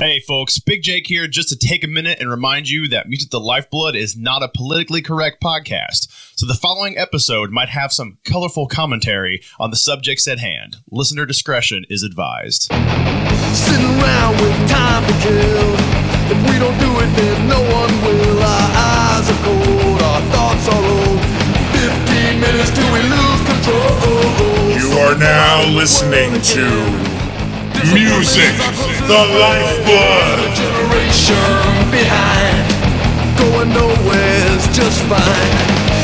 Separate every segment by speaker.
Speaker 1: Hey, folks, Big Jake here just to take a minute and remind you that Music the Lifeblood is not a politically correct podcast, so the following episode might have some colorful commentary on the subjects at hand. Listener discretion is advised.
Speaker 2: Sitting around with time to kill. If we don't do it, then no one will. Our eyes are cold, our thoughts are old. Fifteen minutes till we lose control.
Speaker 3: You are now listening to Music, the Lifeblood.
Speaker 2: generation behind. Going nowhere's just fine.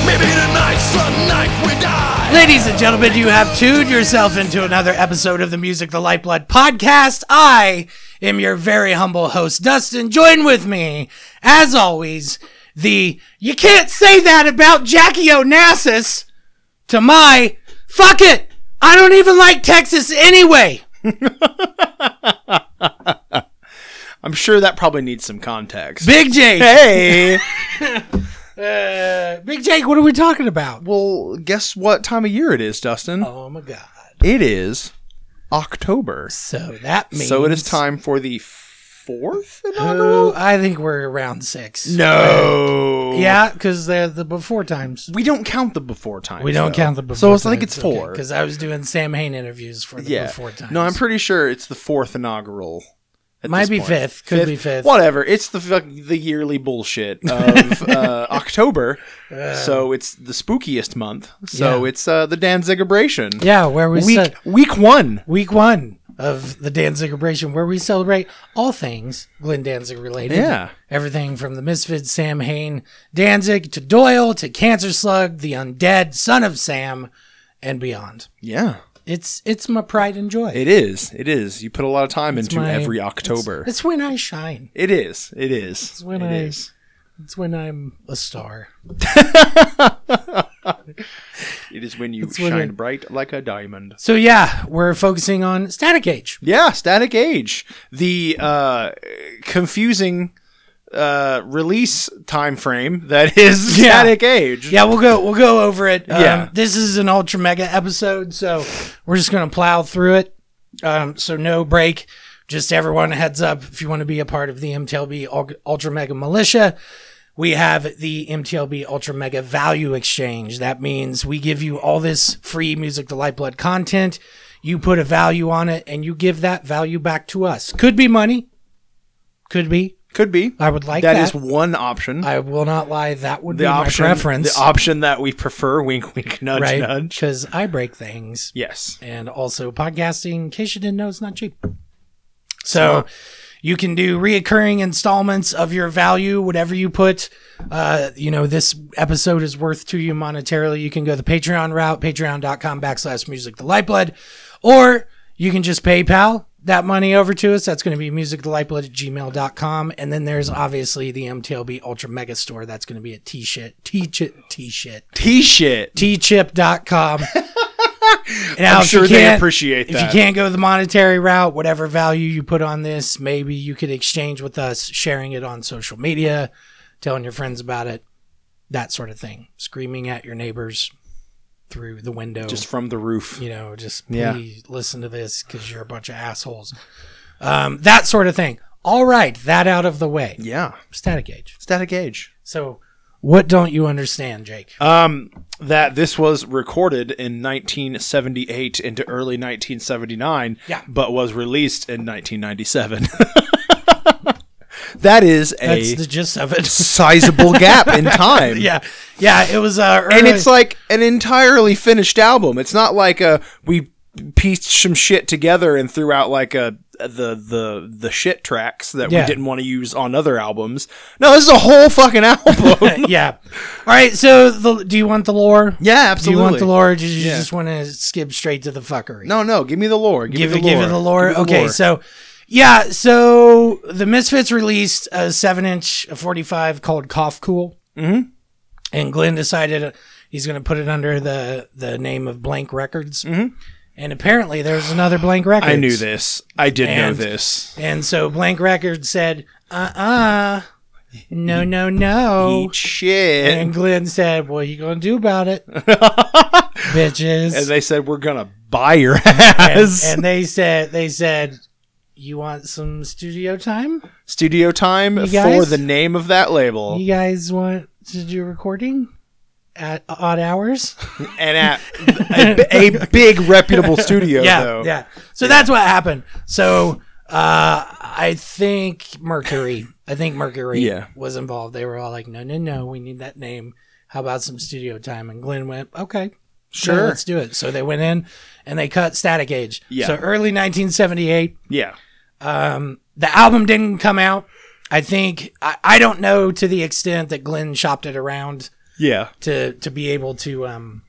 Speaker 2: Maybe tonight's the night we die.
Speaker 4: Ladies and gentlemen, you have tuned yourself into another episode of the Music the Lifeblood podcast. I am your very humble host, Dustin. Join with me, as always, the you can't say that about Jackie Onassis to my fuck it. I don't even like Texas anyway.
Speaker 5: I'm sure that probably needs some context.
Speaker 4: Big Jake.
Speaker 5: Hey,
Speaker 4: Uh, Big Jake, what are we talking about?
Speaker 5: well, guess what time of year it is, Dustin?
Speaker 4: Oh my God.
Speaker 5: It is October.
Speaker 4: So that means.
Speaker 5: So it is time for the fourth inaugural.
Speaker 4: Oh, I think we're around six.
Speaker 5: no,
Speaker 4: Yeah, because they're the before times.
Speaker 5: we don't count the before time.
Speaker 4: We don't
Speaker 5: though.
Speaker 4: count the before.
Speaker 5: So it's I think it's four.
Speaker 4: Because I was doing Sam Hain interviews for the
Speaker 5: yeah,
Speaker 4: before times.
Speaker 5: no, I'm pretty sure it's the fourth inaugural. at
Speaker 4: Might
Speaker 5: this
Speaker 4: be
Speaker 5: point.
Speaker 4: fifth. Could be fifth.
Speaker 5: Whatever. It's the fuck- the yearly bullshit of uh, October. so it's the spookiest month. So
Speaker 4: Yeah.
Speaker 5: it's uh, the Danzigabration.
Speaker 4: Yeah, where we
Speaker 5: Week
Speaker 4: said
Speaker 5: week one.
Speaker 4: week one of the Danzig celebration, where we celebrate all things Glenn Danzig related.
Speaker 5: Yeah.
Speaker 4: everything from the Misfits, Sam Hain, Danzig to Doyle to Cancer Slug, the Undead, Son of Sam, and beyond.
Speaker 5: Yeah.
Speaker 4: It's it's my pride and joy.
Speaker 5: It is. It is. You put a lot of time into
Speaker 4: my-
Speaker 5: every October.
Speaker 4: it's when I shine.
Speaker 5: It is. It is. It's
Speaker 4: when I- It's when I'm a star.
Speaker 5: It is when you
Speaker 4: It's when
Speaker 5: shine
Speaker 4: I-
Speaker 5: bright like a diamond.
Speaker 4: So yeah, we're focusing on Static Age.
Speaker 5: Yeah, Static Age. The uh confusing uh release time frame that is
Speaker 4: Yeah.
Speaker 5: Static Age.
Speaker 4: Yeah, we'll go we'll go over it. Um,
Speaker 5: Yeah.
Speaker 4: this is an ultra mega episode, so we're just gonna plow through it. Um, so no break. Just everyone a heads up if you want to be a part of the MTLB Ul- Ultra Mega Militia. We have the MTLB Ultra Mega Value Exchange. That means we give you all this free Music to Lifeblood content. You put a value on it and you give that value back to us. Could be money. Could be.
Speaker 5: Could be.
Speaker 4: I would like
Speaker 5: that
Speaker 4: that.
Speaker 5: is one option.
Speaker 4: I will not lie. That would
Speaker 5: the
Speaker 4: be
Speaker 5: option
Speaker 4: my preference.
Speaker 5: the option that we prefer wink wink nudge
Speaker 4: right?
Speaker 5: nudge.
Speaker 4: Because I break things,
Speaker 5: Yes.
Speaker 4: and also podcasting. In case you didn't know, it's not cheap. So you can do reoccurring installments of your value, whatever you put. Uh, you know, this episode is worth to you monetarily. You can go the Patreon route, patreon.com backslash music the lifeblood, or you can just PayPal that money over to us. That's going to be music the lifeblood at gmail.com. And then there's obviously the MTLB Ultra Mega Store. That's going to be at T shit, T shit, T shit
Speaker 5: T shit.
Speaker 4: tchip.com. And now
Speaker 5: I'm
Speaker 4: if you
Speaker 5: sure they
Speaker 4: can't-
Speaker 5: appreciate
Speaker 4: If
Speaker 5: that.
Speaker 4: you can't go the monetary route, whatever value you put on this, maybe you could exchange with us, sharing it on social media, telling your friends about it, that sort of thing. Screaming at your neighbors through the window.
Speaker 5: Just from the roof.
Speaker 4: you know, just
Speaker 5: Yeah.
Speaker 4: please listen to this because you're a bunch of assholes. Um, that sort of thing. All right, that out of the way.
Speaker 5: Yeah.
Speaker 4: Static age.
Speaker 5: Static Age.
Speaker 4: So, what don't you understand, Jake?
Speaker 5: Um, that this was recorded in 1978 into early 1979,
Speaker 4: Yeah.
Speaker 5: but was released in 1997. that is
Speaker 4: That's
Speaker 5: a
Speaker 4: the gist of it.
Speaker 5: sizable gap in time.
Speaker 4: yeah, yeah. It was uh,
Speaker 5: And it's like an entirely finished album. It's not like a we pieced some shit together and threw out like a the the the shit tracks that
Speaker 4: Yeah.
Speaker 5: we didn't want to use on other albums. No, this is a whole fucking album.
Speaker 4: yeah. All right. So, the, do you want the lore?
Speaker 5: yeah,
Speaker 4: Do you
Speaker 5: absolutely.
Speaker 4: want the lore? Or do you
Speaker 5: Yeah.
Speaker 4: just want to skip straight to the fuckery?
Speaker 5: No, no, give me the lore. Give,
Speaker 4: give
Speaker 5: me
Speaker 4: it,
Speaker 5: the lore.
Speaker 4: give it the lore.
Speaker 5: Give me
Speaker 4: okay, so yeah, so the Misfits released a seven-inch forty-five called Cough Cool, mm-hmm. and Glenn decided uh, he's going to put it under the the name of Blank Records, mm-hmm. and apparently there's another Blank Records.
Speaker 5: I knew this. I did
Speaker 4: And-
Speaker 5: know this.
Speaker 4: and so Blank Records said, "Uh, uh no, no, no."
Speaker 5: shit.
Speaker 4: oh, And Glenn said, "What are you gonna do about it, bitches?"
Speaker 5: And they said we're gonna buy your ass.
Speaker 4: and they said, "They said, You want some studio time?
Speaker 5: Studio time for
Speaker 4: guys?
Speaker 5: the name of that label
Speaker 4: You guys want to do recording at odd hours?
Speaker 5: and at a, a big reputable studio.
Speaker 4: yeah,
Speaker 5: though.
Speaker 4: yeah. So that's what happened. So uh, I think Mercury. I think Mercury
Speaker 5: Yeah.
Speaker 4: was involved. They were all like, "No, no, no, we need that name. How about some studio time?" And Glenn went, "Okay, sure,
Speaker 5: Sure.
Speaker 4: let's do it." So they went in and they cut Static Age.
Speaker 5: Yeah.
Speaker 4: So early 1978.
Speaker 5: yeah.
Speaker 4: Um, the album didn't come out. I think I, I don't know to the extent that Glenn shopped it around
Speaker 5: Yeah.
Speaker 4: to to be able to um,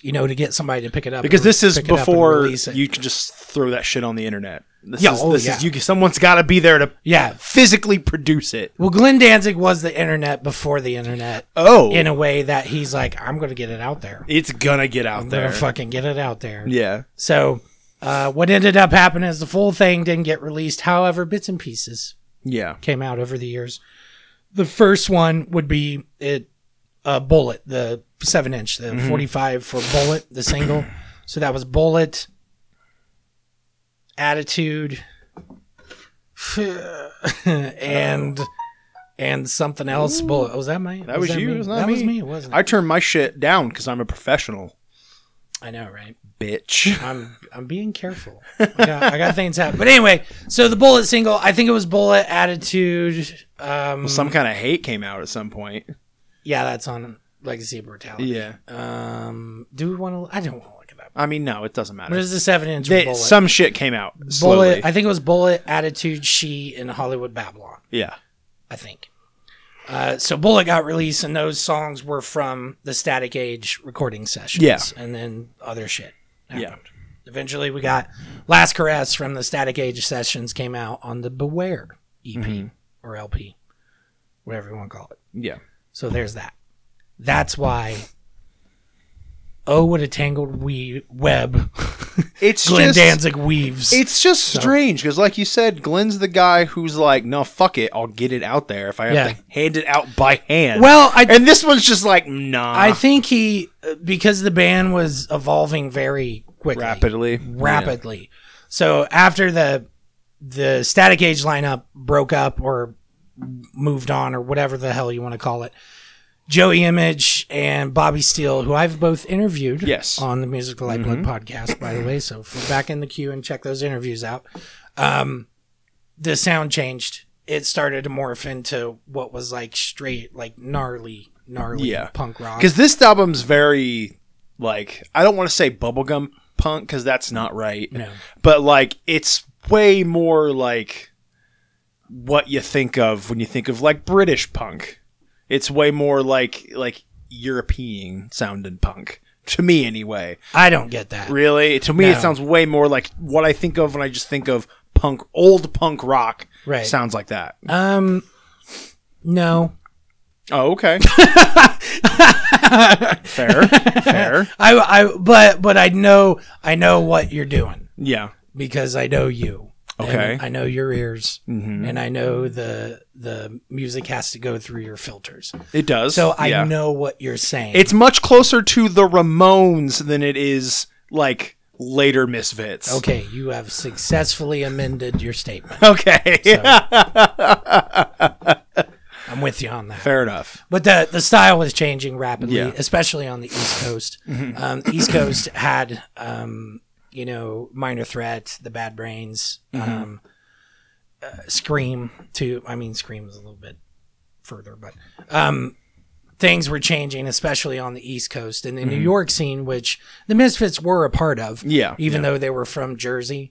Speaker 4: you know, to get somebody to pick it up
Speaker 5: Because
Speaker 4: and
Speaker 5: this is
Speaker 4: pick it up and
Speaker 5: before
Speaker 4: release it.
Speaker 5: you can just throw that shit on the internet. This
Speaker 4: Yeah,
Speaker 5: is,
Speaker 4: oh,
Speaker 5: this
Speaker 4: yeah.
Speaker 5: is you. Someone's got to be there to
Speaker 4: yeah,
Speaker 5: physically produce it.
Speaker 4: Well, Glenn Danzig was the internet before the internet
Speaker 5: Oh,
Speaker 4: in a way that he's like, I'm going to get it out there.
Speaker 5: it's gonna get
Speaker 4: I'm
Speaker 5: out
Speaker 4: going
Speaker 5: there.
Speaker 4: to fucking get it out there.
Speaker 5: yeah.
Speaker 4: So, uh, what ended up happening is the full thing didn't get released. However, bits and pieces
Speaker 5: Yeah.
Speaker 4: came out over the years. The first one would be it, uh, Bullet, the seven inch, the
Speaker 5: Mm-hmm.
Speaker 4: 45 for Bullet, the single. so that was Bullet, Attitude, and and something else. Bullet was that my?
Speaker 5: That was you,
Speaker 4: Me?
Speaker 5: it was not
Speaker 4: that was
Speaker 5: me.
Speaker 4: me. Wasn't
Speaker 5: I
Speaker 4: it?
Speaker 5: turn my shit down because I'm a professional,
Speaker 4: I know, right?
Speaker 5: bitch.
Speaker 4: I'm I'm being careful. I got, I got things happen. But anyway, so the Bullet single, I think it was Bullet, Attitude. Um,
Speaker 5: Some kind of hate came out at some point.
Speaker 4: Yeah, that's on Legacy of Brutality.
Speaker 5: Yeah.
Speaker 4: Um, do we want to? I don't want to look it up.
Speaker 5: I mean, no, it doesn't
Speaker 4: But
Speaker 5: matter.
Speaker 4: it's the seven inch
Speaker 5: They-
Speaker 4: bullet.
Speaker 5: some shit came out slowly.
Speaker 4: bullet. I think it was Bullet, Attitude, She, and Hollywood Babylon.
Speaker 5: yeah.
Speaker 4: I think. Uh, so Bullet got released, and those songs were from the Static Age recording sessions.
Speaker 5: Yeah.
Speaker 4: and then other shit.
Speaker 5: Yeah.
Speaker 4: Eventually, we got Last Caress from the Static Age sessions came out on the Beware EP or LP, whatever you want to call it.
Speaker 5: Mm-hmm. Yeah.
Speaker 4: So there's that. That's why. Oh, what a tangled we- web
Speaker 5: It's
Speaker 4: Glenn
Speaker 5: just
Speaker 4: Danzig weaves.
Speaker 5: it's just strange because, like you said, Glenn's the guy who's like, "No, fuck it, I'll get it out there if I have
Speaker 4: Yeah.
Speaker 5: to hand it out by hand."
Speaker 4: well, I
Speaker 5: and this one's just like, "Nah."
Speaker 4: I think he because the band was evolving very quickly,
Speaker 5: rapidly,
Speaker 4: rapidly. So after the the Static Age lineup broke up or moved on or whatever the hell you want to call it, Joey Image and Bobby Steele, who I've both interviewed,
Speaker 5: Yes. Mm-hmm.
Speaker 4: on the Music Light Blood podcast, by the way. So f- back in the queue and check those interviews out. Um, the sound changed. It started to morph into what was like straight, like gnarly, gnarly
Speaker 5: Yeah.
Speaker 4: punk rock.
Speaker 5: Because this album's very like I don't want to say bubblegum punk because that's not right.
Speaker 4: No.
Speaker 5: But like it's way more like what you think of when you think of like British punk. It's way more like like European sounding punk. To me anyway.
Speaker 4: I don't get that.
Speaker 5: Really? To me
Speaker 4: No.
Speaker 5: it sounds way more like what I think of when I just think of punk old punk rock
Speaker 4: Right.
Speaker 5: sounds like that.
Speaker 4: Um, no,
Speaker 5: Oh, okay. fair. Fair.
Speaker 4: I, I, but, but I know, I know what you're doing
Speaker 5: Yeah.
Speaker 4: because I know you. And
Speaker 5: Okay. Mm-hmm.
Speaker 4: I know your ears, and I know the the music has to go through your filters.
Speaker 5: It does.
Speaker 4: So I
Speaker 5: Yeah.
Speaker 4: know what you're saying.
Speaker 5: It's much closer to the Ramones than it is like later Misfits.
Speaker 4: okay. You have successfully amended your statement.
Speaker 5: Okay.
Speaker 4: I'm with you on that.
Speaker 5: Fair enough.
Speaker 4: But the the style was changing rapidly,
Speaker 5: Yeah. Mm-hmm.
Speaker 4: especially on the East Coast. um, East Coast had um, you know Minor Threat, the Bad Brains,
Speaker 5: Mm-hmm.
Speaker 4: um, uh, Scream. To I mean, Scream was a little bit further, but um, things were changing, especially on the East Coast and the New York scene, which the Misfits were a part of.
Speaker 5: Mm-hmm. Yeah, Mm-hmm.
Speaker 4: even though they were from Jersey,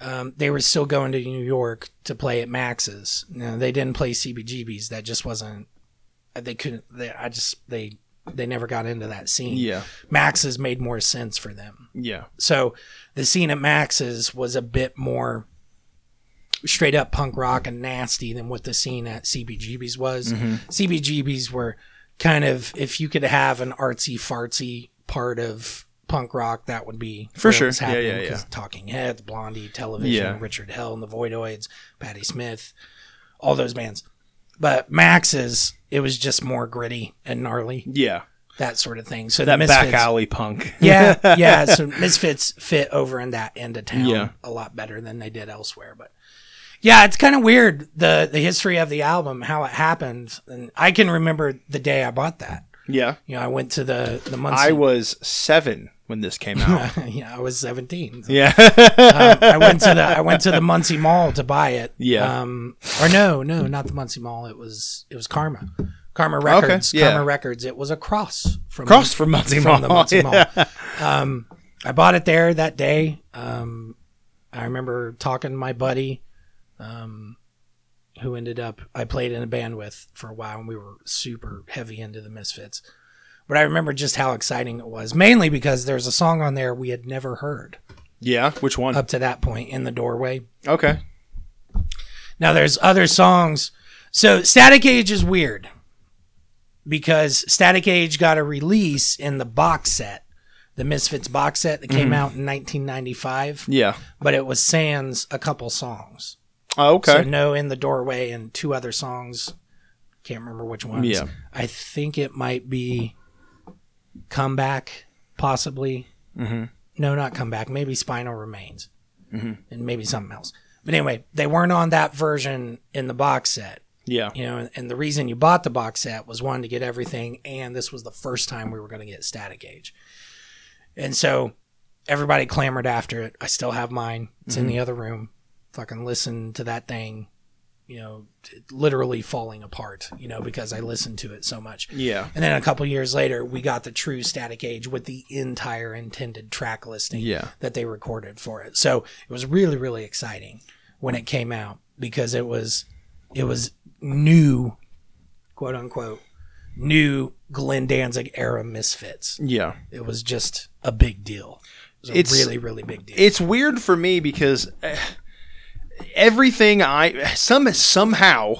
Speaker 4: um, they were still going to New York to play at Max's. Now, they didn't play CBGBs. That just wasn't. They couldn't. They, I just they they never got into that scene.
Speaker 5: Yeah.
Speaker 4: Max's made more sense for them.
Speaker 5: Yeah.
Speaker 4: So the scene at Max's was a bit more straight up punk rock and nasty than what the scene at CBGB's was.
Speaker 5: Mm-hmm.
Speaker 4: CBGB's were kind of if you could have an artsy fartsy part of punk rock, that would be
Speaker 5: For
Speaker 4: what
Speaker 5: sure.
Speaker 4: was
Speaker 5: Yeah,
Speaker 4: happening,
Speaker 5: yeah, yeah.
Speaker 4: 'cause Talking Heads, Blondie, Television,
Speaker 5: Yeah.
Speaker 4: Richard Hell and the Voidoids, Patti Smith, all those bands. But Max's, it was just more gritty and gnarly
Speaker 5: Yeah.
Speaker 4: that sort of thing. So
Speaker 6: that
Speaker 4: the
Speaker 6: back
Speaker 4: Misfits-
Speaker 6: alley punk.
Speaker 4: yeah, yeah. So Misfits fit over in that end of town
Speaker 6: Yeah.
Speaker 4: a lot better than they did elsewhere. But yeah, it's kind of weird the the history of the album, how it happened. And I can remember the day I bought that.
Speaker 6: yeah.
Speaker 4: You know, I went to the the months.
Speaker 6: I was seven when this came out.
Speaker 4: yeah, I was seventeen.
Speaker 6: yeah.
Speaker 4: Um, I went to the I went to the Muncie Mall to buy it.
Speaker 6: Yeah.
Speaker 4: Um, or no, no, not the Muncie Mall. It was it was Karma, Karma Records.
Speaker 6: yeah.
Speaker 4: Karma Records. It was across from
Speaker 6: Across from Muncie
Speaker 4: from the
Speaker 6: Mall,
Speaker 4: Muncie Mall.
Speaker 6: yeah.
Speaker 4: Um, I bought it there that day. Um, I remember talking to my buddy, um, who ended up I played in a band with for a while, and we were super heavy into the Misfits. But I remember just how exciting it was, mainly because there's a song on there we had never heard
Speaker 6: yeah. Which one?
Speaker 4: up to that point in the doorway.
Speaker 6: okay.
Speaker 4: Now there's other songs. So Static Age is weird because Static Age got a release in the box set, the Misfits box set that came out in 1995,
Speaker 6: Mm-hmm. Yeah.
Speaker 4: but it was sans a couple songs.
Speaker 6: Oh, okay.
Speaker 4: So no in the doorway and two other songs. Can't remember which ones.
Speaker 6: Yeah.
Speaker 4: I think it might be Comeback, possibly. Mm-hmm. No, not Comeback. Maybe Spinal Remains, mm-hmm. and maybe something else. But anyway, they weren't on that version in the box set.
Speaker 6: yeah.
Speaker 4: You know, and, and the reason you bought the box set was one to get everything, and this was the first time we were going to get Static Age, and so everybody clamored after it. I still have mine. It's in the
Speaker 6: Mm-hmm.
Speaker 4: other room. Fucking listen to that thing, you know, t- literally falling apart, you know, because I listened to it so much.
Speaker 6: Yeah.
Speaker 4: And then a couple years later, we got the true Static Age with the entire intended track listing
Speaker 6: Yeah.
Speaker 4: that they recorded for it. So it was really, really exciting when it came out because it was it was new, quote unquote, new Glenn Danzig era misfits.
Speaker 6: Yeah.
Speaker 4: It was just a big deal. It was a
Speaker 6: It's-
Speaker 4: really, really big deal.
Speaker 6: It's weird for me because eh, everything I some somehow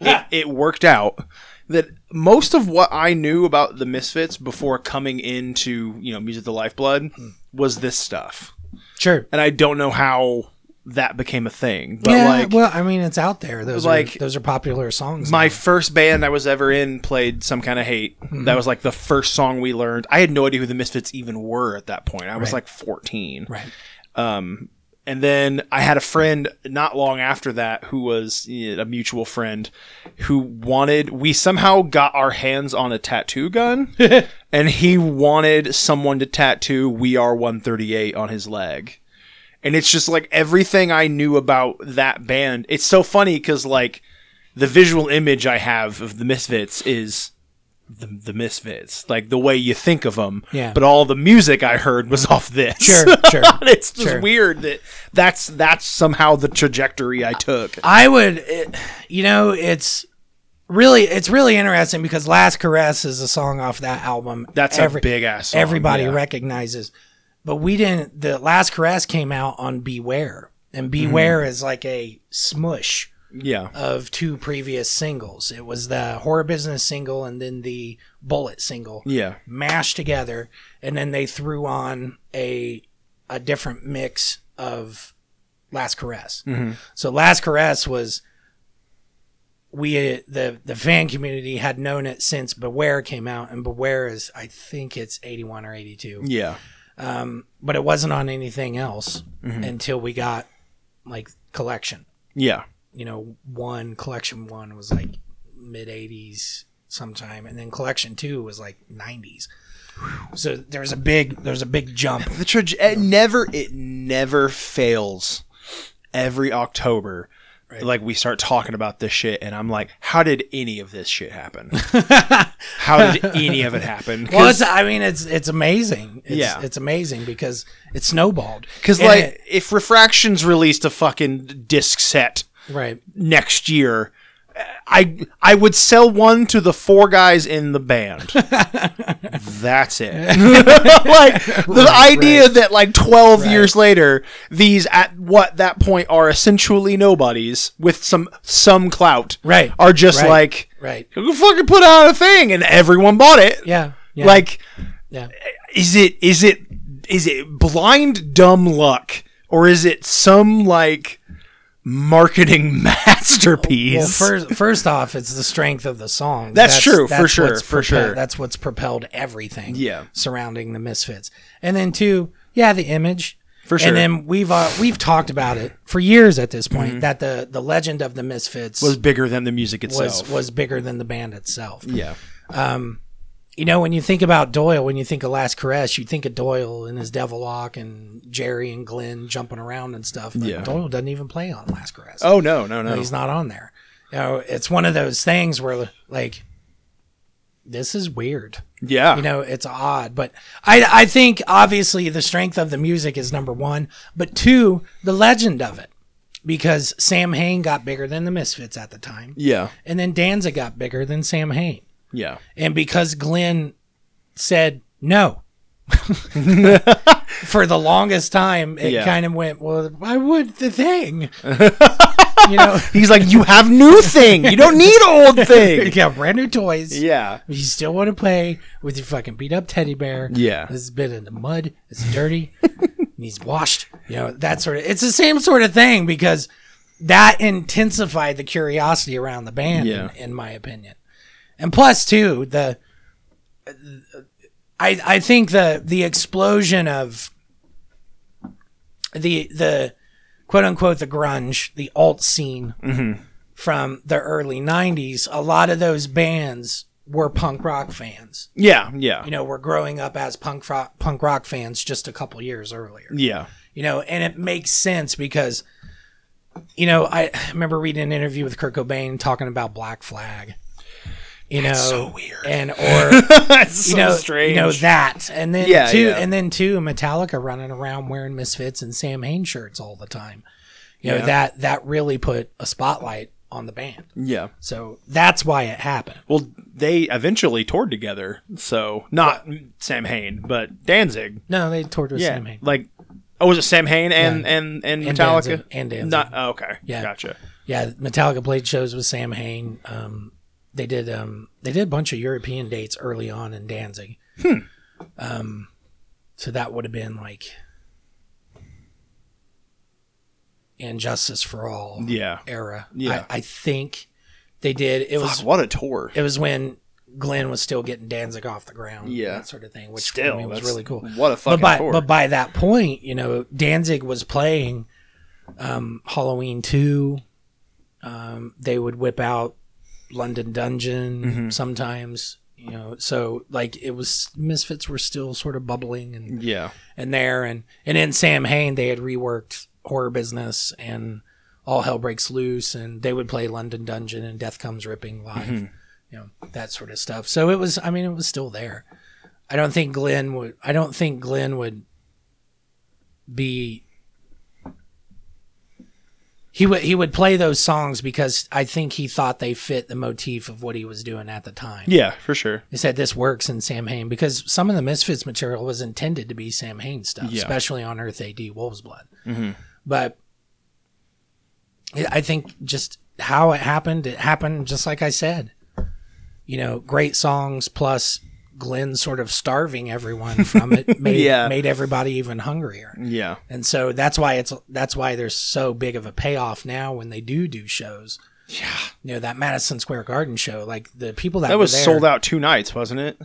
Speaker 6: it, it worked out that most of what I knew about the Misfits before coming into you know Music the Lifeblood
Speaker 4: Hmm.
Speaker 6: was this stuff,
Speaker 4: sure.
Speaker 6: and I don't know how that became a thing. But
Speaker 4: yeah,
Speaker 6: like
Speaker 4: well, I mean, it's out there. Those
Speaker 6: like,
Speaker 4: are, those are popular songs.
Speaker 6: my
Speaker 4: now.
Speaker 6: first band I was ever in played some kind of hate.
Speaker 4: Hmm.
Speaker 6: That was like the first song we learned. I had no idea who the Misfits even were at that point. I was
Speaker 4: Right.
Speaker 6: like fourteen.
Speaker 4: right,
Speaker 6: And then I had a friend not long after that who was you know, a mutual friend who wanted, we somehow got our hands on a tattoo gun and he wanted someone to tattoo We Are 138 on his leg. And it's just like everything I knew about that band. It's so funny because like the visual image I have of the Misfits is the, the Misfits, like the way you think of them.
Speaker 4: Yeah.
Speaker 6: But all the music I heard was off this.
Speaker 4: sure, sure.
Speaker 6: it's just
Speaker 4: Sure.
Speaker 6: weird that that's that's somehow the trajectory I took.
Speaker 4: I would, it, you know, it's really it's really interesting because "Last Caress" is a song off that album.
Speaker 6: That's a big-ass song,
Speaker 4: Everybody
Speaker 6: yeah.
Speaker 4: recognizes, but we didn't. The "Last Caress" came out on "Beware," and "Beware" is like a smush
Speaker 6: Mm-hmm. yeah,
Speaker 4: of two previous singles. It was the horror business single and then the bullet single
Speaker 6: yeah,
Speaker 4: mashed together and then they threw on a a different mix of last caress so last caress was we uh, the the fan community had known it since beware came out and beware is i think it's 81 or 82
Speaker 6: yeah,
Speaker 4: but it wasn't on anything else
Speaker 6: Mm-hmm.
Speaker 4: until we got like collection
Speaker 6: yeah,
Speaker 4: you know, one collection one was like mid eighties sometime, and then collection two was like nineties. So there's a big there's a big jump.
Speaker 6: the traje- it never it never fails every October. Like we start talking about this shit, and I'm like, "How did any of this shit happen? How did any of it happen?"
Speaker 4: Well, it's, I mean, it's it's amazing. It's,
Speaker 6: Yeah.
Speaker 4: it's amazing because it snowballed.
Speaker 6: Because
Speaker 4: And
Speaker 6: like,
Speaker 4: it-
Speaker 6: if Refractions released a fucking disc set
Speaker 4: right,
Speaker 6: next year, I I would sell one to the four guys in the band. That's it. like the idea that like 12 years later these at what that point are essentially nobodies with some some clout
Speaker 4: Right.
Speaker 6: are just
Speaker 4: Right.
Speaker 6: like
Speaker 4: right,
Speaker 6: "We fucking put out a thing and everyone bought it.
Speaker 4: yeah, yeah
Speaker 6: Like
Speaker 4: yeah.
Speaker 6: is it is it is it blind dumb luck or is it some like marketing masterpiece.
Speaker 4: Well, first, first off, it's the strength of the song.
Speaker 6: That's true, for sure,
Speaker 4: what's
Speaker 6: for
Speaker 4: prope-
Speaker 6: sure.
Speaker 4: That's what's propelled everything.
Speaker 6: Yeah.
Speaker 4: surrounding the Misfits, and then two, yeah, the image.
Speaker 6: For sure.
Speaker 4: And then we've uh, we've talked about it for years at this point that the the legend of the Misfits
Speaker 6: Mm-hmm. was bigger than the music itself.
Speaker 4: was, was bigger than the band itself.
Speaker 6: yeah.
Speaker 4: You know, when you think about Doyle, when you think of Last Caress, you think of Doyle and his Devil Lock and Jerry and Glenn jumping around and stuff. But
Speaker 6: Yeah.
Speaker 4: Doyle doesn't even play on Last Caress.
Speaker 6: Oh no, no, no.
Speaker 4: No, he's not on there. You know, it's one of those things where like this is weird.
Speaker 6: yeah.
Speaker 4: You know, it's odd, but I I think obviously the strength of the music is number one, but two, the legend of it, because Sam Hain got bigger than the Misfits at the time,
Speaker 6: yeah.
Speaker 4: and then Danza got bigger than Sam Hain,
Speaker 6: Yeah.
Speaker 4: and because Glenn said no. For the longest time, it
Speaker 6: Yeah.
Speaker 4: kind of went. Well, why would the thing? you know,
Speaker 6: He's like, you have new thing. You don't need old
Speaker 4: You
Speaker 6: thing.
Speaker 4: got brand new toys.
Speaker 6: yeah.
Speaker 4: You still want to play with your fucking beat up teddy bear.
Speaker 6: Yeah.
Speaker 4: This has been in the mud. It's dirty. and he's washed. You know, that sort of it's the same sort of thing because that intensified the curiosity around the band,
Speaker 6: Yeah.
Speaker 4: in, in my opinion. And plus too, the I I think the the explosion of the the quote unquote the grunge, the alt scene from the early 90s, a lot of those bands were punk rock fans.
Speaker 6: Yeah. Yeah.
Speaker 4: You know, were growing up as punk rock, punk rock fans just a couple years earlier.
Speaker 6: Yeah.
Speaker 4: You know, and it makes sense because you know, I remember reading an interview with Kurt Cobain talking about Black Flag. You know, so weird. And or
Speaker 6: That's
Speaker 4: you know, you know that, and then
Speaker 6: Yeah,
Speaker 4: two,
Speaker 6: yeah.
Speaker 4: and then two, Metallica running around wearing Misfits and Sam Hain shirts all the time. You know
Speaker 6: Yeah.
Speaker 4: that that really put a spotlight on the band.
Speaker 6: yeah.
Speaker 4: So that's why it happened.
Speaker 6: Well, they eventually toured together. So not Sam Hain, but Danzig.
Speaker 4: No, they toured with
Speaker 6: Yeah.
Speaker 4: Sam Hain.
Speaker 6: Like, oh, was it Sam Hain and
Speaker 4: Yeah.
Speaker 6: and and
Speaker 4: And
Speaker 6: Metallica
Speaker 4: Danzig. And Danzig.
Speaker 6: Not oh, okay.
Speaker 4: Yeah.
Speaker 6: Gotcha.
Speaker 4: Yeah, Metallica played shows with Sam Hain. Um, they did um, they did a bunch of European dates early on in Danzig. Hmm. Um, so that would have been like Injustice for All
Speaker 6: Yeah.
Speaker 4: era.
Speaker 6: Yeah.
Speaker 4: I, I think they did. It was
Speaker 6: Fuck, what a tour.
Speaker 4: it was when Glenn was still getting Danzig off the ground.
Speaker 6: Yeah.
Speaker 4: that sort of thing, which
Speaker 6: Still,
Speaker 4: I mean, was
Speaker 6: that's-
Speaker 4: really cool.
Speaker 6: what a fucking
Speaker 4: but by,
Speaker 6: tour.
Speaker 4: But by that point, you know, Danzig was playing um, Halloween two. Um, they would whip out London Dungeon
Speaker 6: Mm-hmm.
Speaker 4: sometimes. You know, so like it was Misfits were still sort of bubbling and
Speaker 6: Yeah.
Speaker 4: and there and and in Sam Hain they had reworked horror business and all hell breaks loose and they would play London Dungeon and Death Comes Ripping live, you know that sort of stuff. So it was, I mean, it was still there. I don't think Glenn would. I don't think Glenn would be. He would he would play those songs because I think he thought they fit the motif of what he was doing at the time.
Speaker 6: Yeah. For sure.
Speaker 4: They said this works in Sam Hain because some of the Misfits material was intended to be Sam Hain stuff,
Speaker 6: Yeah. Mm-hmm.
Speaker 4: especially on Earth AD Wolves Blood. But I I think just how it happened, it happened just like I said. You know, great songs plus Glenn sort of starving everyone from it made
Speaker 6: Yeah.
Speaker 4: made everybody even hungrier.
Speaker 6: Yeah.
Speaker 4: And so that's why it's that's why there's so big of a payoff now when they do do shows. Yeah, you know that Madison Square Garden show, like the people that
Speaker 6: That
Speaker 4: were
Speaker 6: was
Speaker 4: there-
Speaker 6: sold out two nights, wasn't it?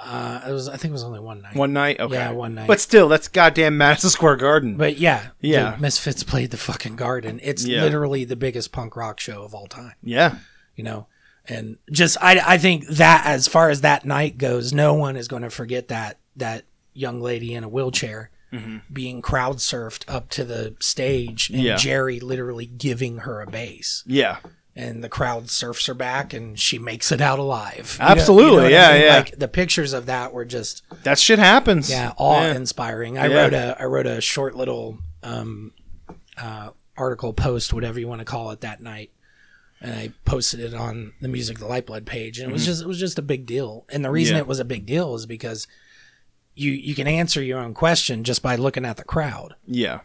Speaker 4: Uh, it was I think it was only one night.
Speaker 6: One night. Okay.
Speaker 4: Yeah, one night.
Speaker 6: But still, that's goddamn Madison Square Garden.
Speaker 4: But yeah,
Speaker 6: Yeah.
Speaker 4: the Misfits played the fucking Garden. It's
Speaker 6: Yeah.
Speaker 4: literally the biggest punk rock show of all time.
Speaker 6: yeah.
Speaker 4: You know, and just I I think that as far as that night goes, no one is going to forget that that young lady in a wheelchair. Being crowd surfed up to the stage, and
Speaker 6: Mm-hmm. Yeah.
Speaker 4: Jerry literally giving her a bass.
Speaker 6: Yeah.
Speaker 4: and the crowd surfs her back and she makes it out alive. You know-
Speaker 6: Absolutely,
Speaker 4: what
Speaker 6: yeah, yeah.
Speaker 4: Like the pictures of that were just
Speaker 6: That shit happens.
Speaker 4: yeah, awe inspiring. I
Speaker 6: Yeah.
Speaker 4: wrote a I wrote a short little um uh article post, whatever you want to call it that night. And I posted it on the Music the Lifeblood page and it was just it was just a big deal. And the reason
Speaker 6: Mm-hmm. Yeah.
Speaker 4: it was a big deal is because you you can answer your own question just by looking at the crowd.
Speaker 6: Yeah.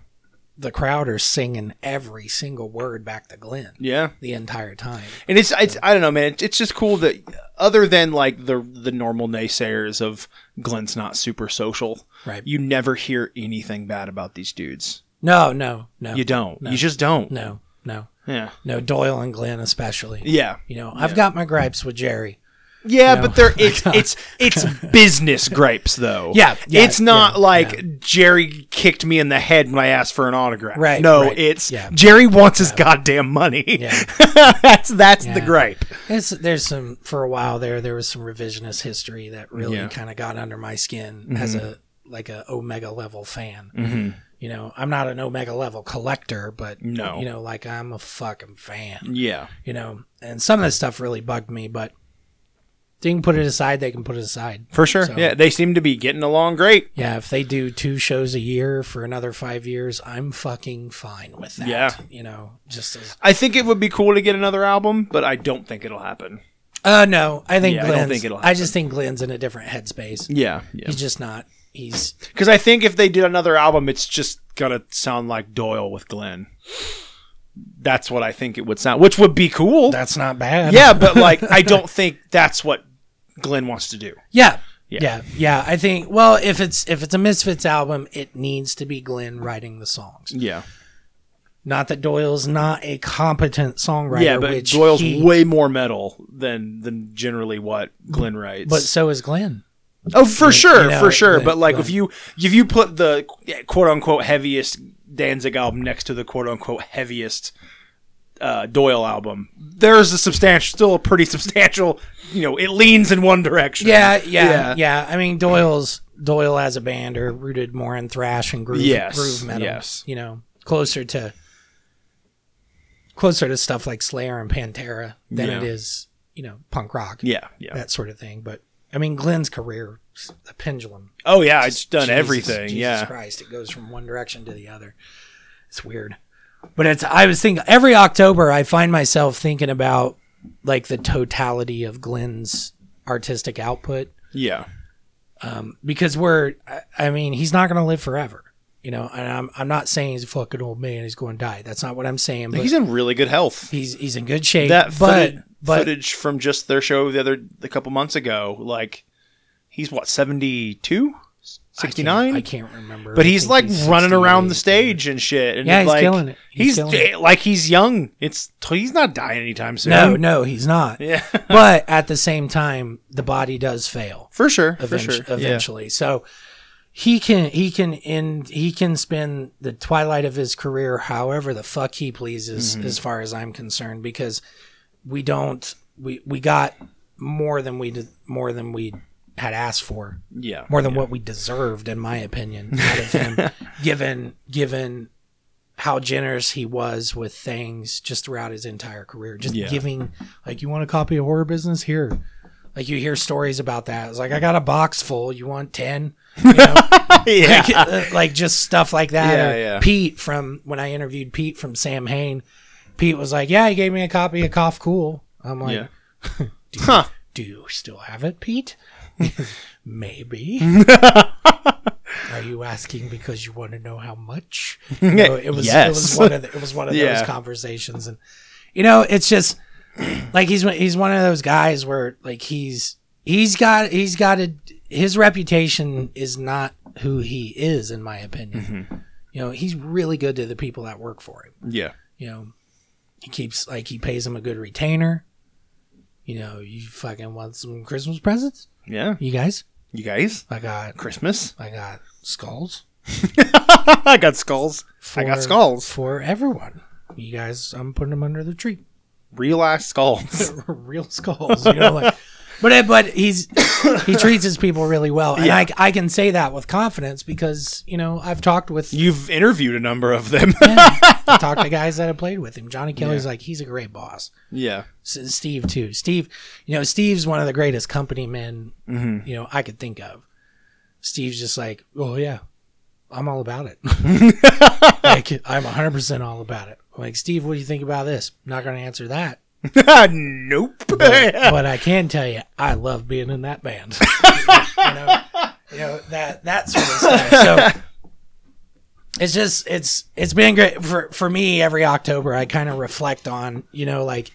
Speaker 4: The crowd are singing every single word back to Glenn
Speaker 6: Yeah.
Speaker 4: the entire time.
Speaker 6: And it's, it's I don't know, man. It's, it's just cool that other than like the the normal naysayers of Glenn's not super social,
Speaker 4: Right.
Speaker 6: You never hear anything bad about these dudes.
Speaker 4: No, no, no.
Speaker 6: You don't.
Speaker 4: No.
Speaker 6: You just don't.
Speaker 4: No, no,
Speaker 6: Yeah.
Speaker 4: no. Doyle and Glenn especially.
Speaker 6: Yeah.
Speaker 4: You know, I've got my gripes with Jerry.
Speaker 6: Yeah,
Speaker 4: No.
Speaker 6: but they're it's it's it's business gripes though.
Speaker 4: Yeah, yeah,
Speaker 6: it's not
Speaker 4: yeah,
Speaker 6: like
Speaker 4: yeah.
Speaker 6: Jerry kicked me in the head when I asked for an autograph.
Speaker 4: Right,
Speaker 6: No,
Speaker 4: right,
Speaker 6: it's
Speaker 4: yeah.
Speaker 6: Jerry wants his goddamn money. that's that's the
Speaker 4: Yeah.
Speaker 6: gripe.
Speaker 4: It's, there's some for a while there. There was some revisionist history that really
Speaker 6: Yeah. Mm-hmm.
Speaker 4: kind of got under my skin as a like a Omega level fan. You know, I'm not an Omega level collector, but
Speaker 6: No.
Speaker 4: you know, like I'm a fucking fan.
Speaker 6: Yeah.
Speaker 4: You know, and some of this stuff really bugged me, but they can put it aside. They can put it aside.
Speaker 6: For sure.
Speaker 4: So-
Speaker 6: Yeah, they seem to be getting along great.
Speaker 4: Yeah, if they do two shows a year for another five years, I'm fucking fine with that.
Speaker 6: Yeah.
Speaker 4: you know, just as,
Speaker 6: I think it would be cool to get another album, but I don't think it'll happen.
Speaker 4: uh, no, I think
Speaker 6: Yeah, I don't
Speaker 4: Glenn's. I,
Speaker 6: think it'll
Speaker 4: just think Glenn's in a different headspace.
Speaker 6: Yeah. Yeah.
Speaker 4: He's just not. He's
Speaker 6: Cuz I think if they did another album it's just going to sound like Doyle with Glenn. That's what I think it would sound, which would be cool.
Speaker 4: that's not bad.
Speaker 6: Yeah, but like I don't think that's what Glenn wants to do.
Speaker 4: yeah,
Speaker 6: Yeah.
Speaker 4: yeah, yeah, yeah. I think. Well, if it's if it's a Misfits album, it needs to be Glenn writing the songs.
Speaker 6: Yeah.
Speaker 4: Not that Doyle's not a competent songwriter.
Speaker 6: Yeah, but
Speaker 4: which
Speaker 6: Doyle's
Speaker 4: he-
Speaker 6: way more metal than than generally what Glenn writes.
Speaker 4: But so is Glenn.
Speaker 6: oh, for sure,
Speaker 4: know,
Speaker 6: for sure.
Speaker 4: Glenn-
Speaker 6: but like
Speaker 4: Glenn.
Speaker 6: if you if you put the quote unquote heaviest Danzig album next to the quote unquote heaviest uh, Doyle album, there's a substantial, still a pretty substantial. You know, it leans in one direction.
Speaker 4: Yeah, yeah,
Speaker 6: Yeah.
Speaker 4: yeah, I mean, Doyle's Doyle as a band are rooted more in thrash and groove,
Speaker 6: Yes,
Speaker 4: groove metal.
Speaker 6: yes.
Speaker 4: you know, closer to closer to stuff like Slayer and Pantera than it
Speaker 6: Yeah.
Speaker 4: is, you know, punk rock,
Speaker 6: yeah, yeah.
Speaker 4: that sort of thing. But I mean, Glenn's career, the pendulum,
Speaker 6: oh yeah, it's done
Speaker 4: Jesus-
Speaker 6: everything.
Speaker 4: Jesus
Speaker 6: yeah,
Speaker 4: Christ, it goes from one direction to the other. It's weird. But it's I was thinking every October I find myself thinking about like the totality of Glenn's artistic output
Speaker 6: yeah,
Speaker 4: because we're I- I mean, he's not going to live forever. You know, and I'm I'm not saying he's a fucking old man, he's going to die. That's not what I'm saying, but
Speaker 6: He's
Speaker 4: he's
Speaker 6: in really good health.
Speaker 4: he's, in good shape.
Speaker 6: that
Speaker 4: but
Speaker 6: footage,
Speaker 4: but
Speaker 6: footage from just their show the other a couple months ago like he's what 72
Speaker 4: I can't-
Speaker 6: 69
Speaker 4: I can't remember.
Speaker 6: but
Speaker 4: I
Speaker 6: he's
Speaker 4: think
Speaker 6: like running
Speaker 4: 68.
Speaker 6: around the stage and shit and
Speaker 4: Yeah,
Speaker 6: it,
Speaker 4: he's
Speaker 6: like,
Speaker 4: killing it.
Speaker 6: he's,
Speaker 4: He's killing
Speaker 6: like he's young it's he's not dying anytime soon
Speaker 4: No, no, he's not.
Speaker 6: yeah
Speaker 4: But at the same time, the body does fail.
Speaker 6: for sure for
Speaker 4: eventually,
Speaker 6: sure Yeah.
Speaker 4: eventually. So he can he can end he can spend the twilight of his career however the fuck he pleases
Speaker 6: Mm-hmm.
Speaker 4: as far as I'm concerned because we don't we we got more than we did more than we had asked for
Speaker 6: yeah
Speaker 4: more than what we deserved in my opinion out of him given given how generous he was with things just throughout his entire career just
Speaker 6: Yeah.
Speaker 4: giving like you want a copy of horror business here like you hear stories about that it's like i got a box full you want 10
Speaker 6: yeah
Speaker 4: like, uh, like, just stuff like that
Speaker 6: Yeah,
Speaker 4: Or
Speaker 6: yeah.
Speaker 4: pete from when i interviewed pete from sam hain pete was like yeah he gave me a copy of cough cool i'm like
Speaker 6: Yeah. huh
Speaker 4: do you still have it, Pete? Maybe. Are you asking because you want to know how much? You know, it was it
Speaker 6: Yes.
Speaker 4: was one of the, it was one of
Speaker 6: Yeah.
Speaker 4: those conversations, and you know, it's just like he's one- he's one of those guys where like he's he's got he's got a his reputation is not who he is, in my opinion.
Speaker 6: Mm-hmm.
Speaker 4: You know, he's really good to the people that work for him
Speaker 6: yeah
Speaker 4: you know, he keeps like he pays him a good retainer. You know, you fucking want some Christmas presents,
Speaker 6: yeah
Speaker 4: you guys?
Speaker 6: you guys
Speaker 4: I got
Speaker 6: christmas
Speaker 4: I got skulls.
Speaker 6: i got skulls i got
Speaker 4: for-
Speaker 6: skulls
Speaker 4: for everyone. You guys, I'm putting them under the tree.
Speaker 6: real ass skulls
Speaker 4: Real skulls, you know. Like, but eh, but he's he treats his people really well, and I I can say that with confidence because you know I've talked with
Speaker 6: you've interviewed a number of them
Speaker 4: I've talked to guys that have played with him. Johnny Kelly's like he's a great boss.
Speaker 6: yeah
Speaker 4: S- Steve too. Steve, you know, Steve's one of the greatest company men you know I could think of. Steve's just like, oh yeah, I'm all about it. like I'm 100 percent all about it. I'm like Steve, what do you think about this? I'm not going to answer that,
Speaker 6: Uh, nope
Speaker 4: but I can tell you, I love being in that band. you, know, you know that that sort of stuff. So. It's just it's it's been great for for me every October I kind of reflect on, you know, like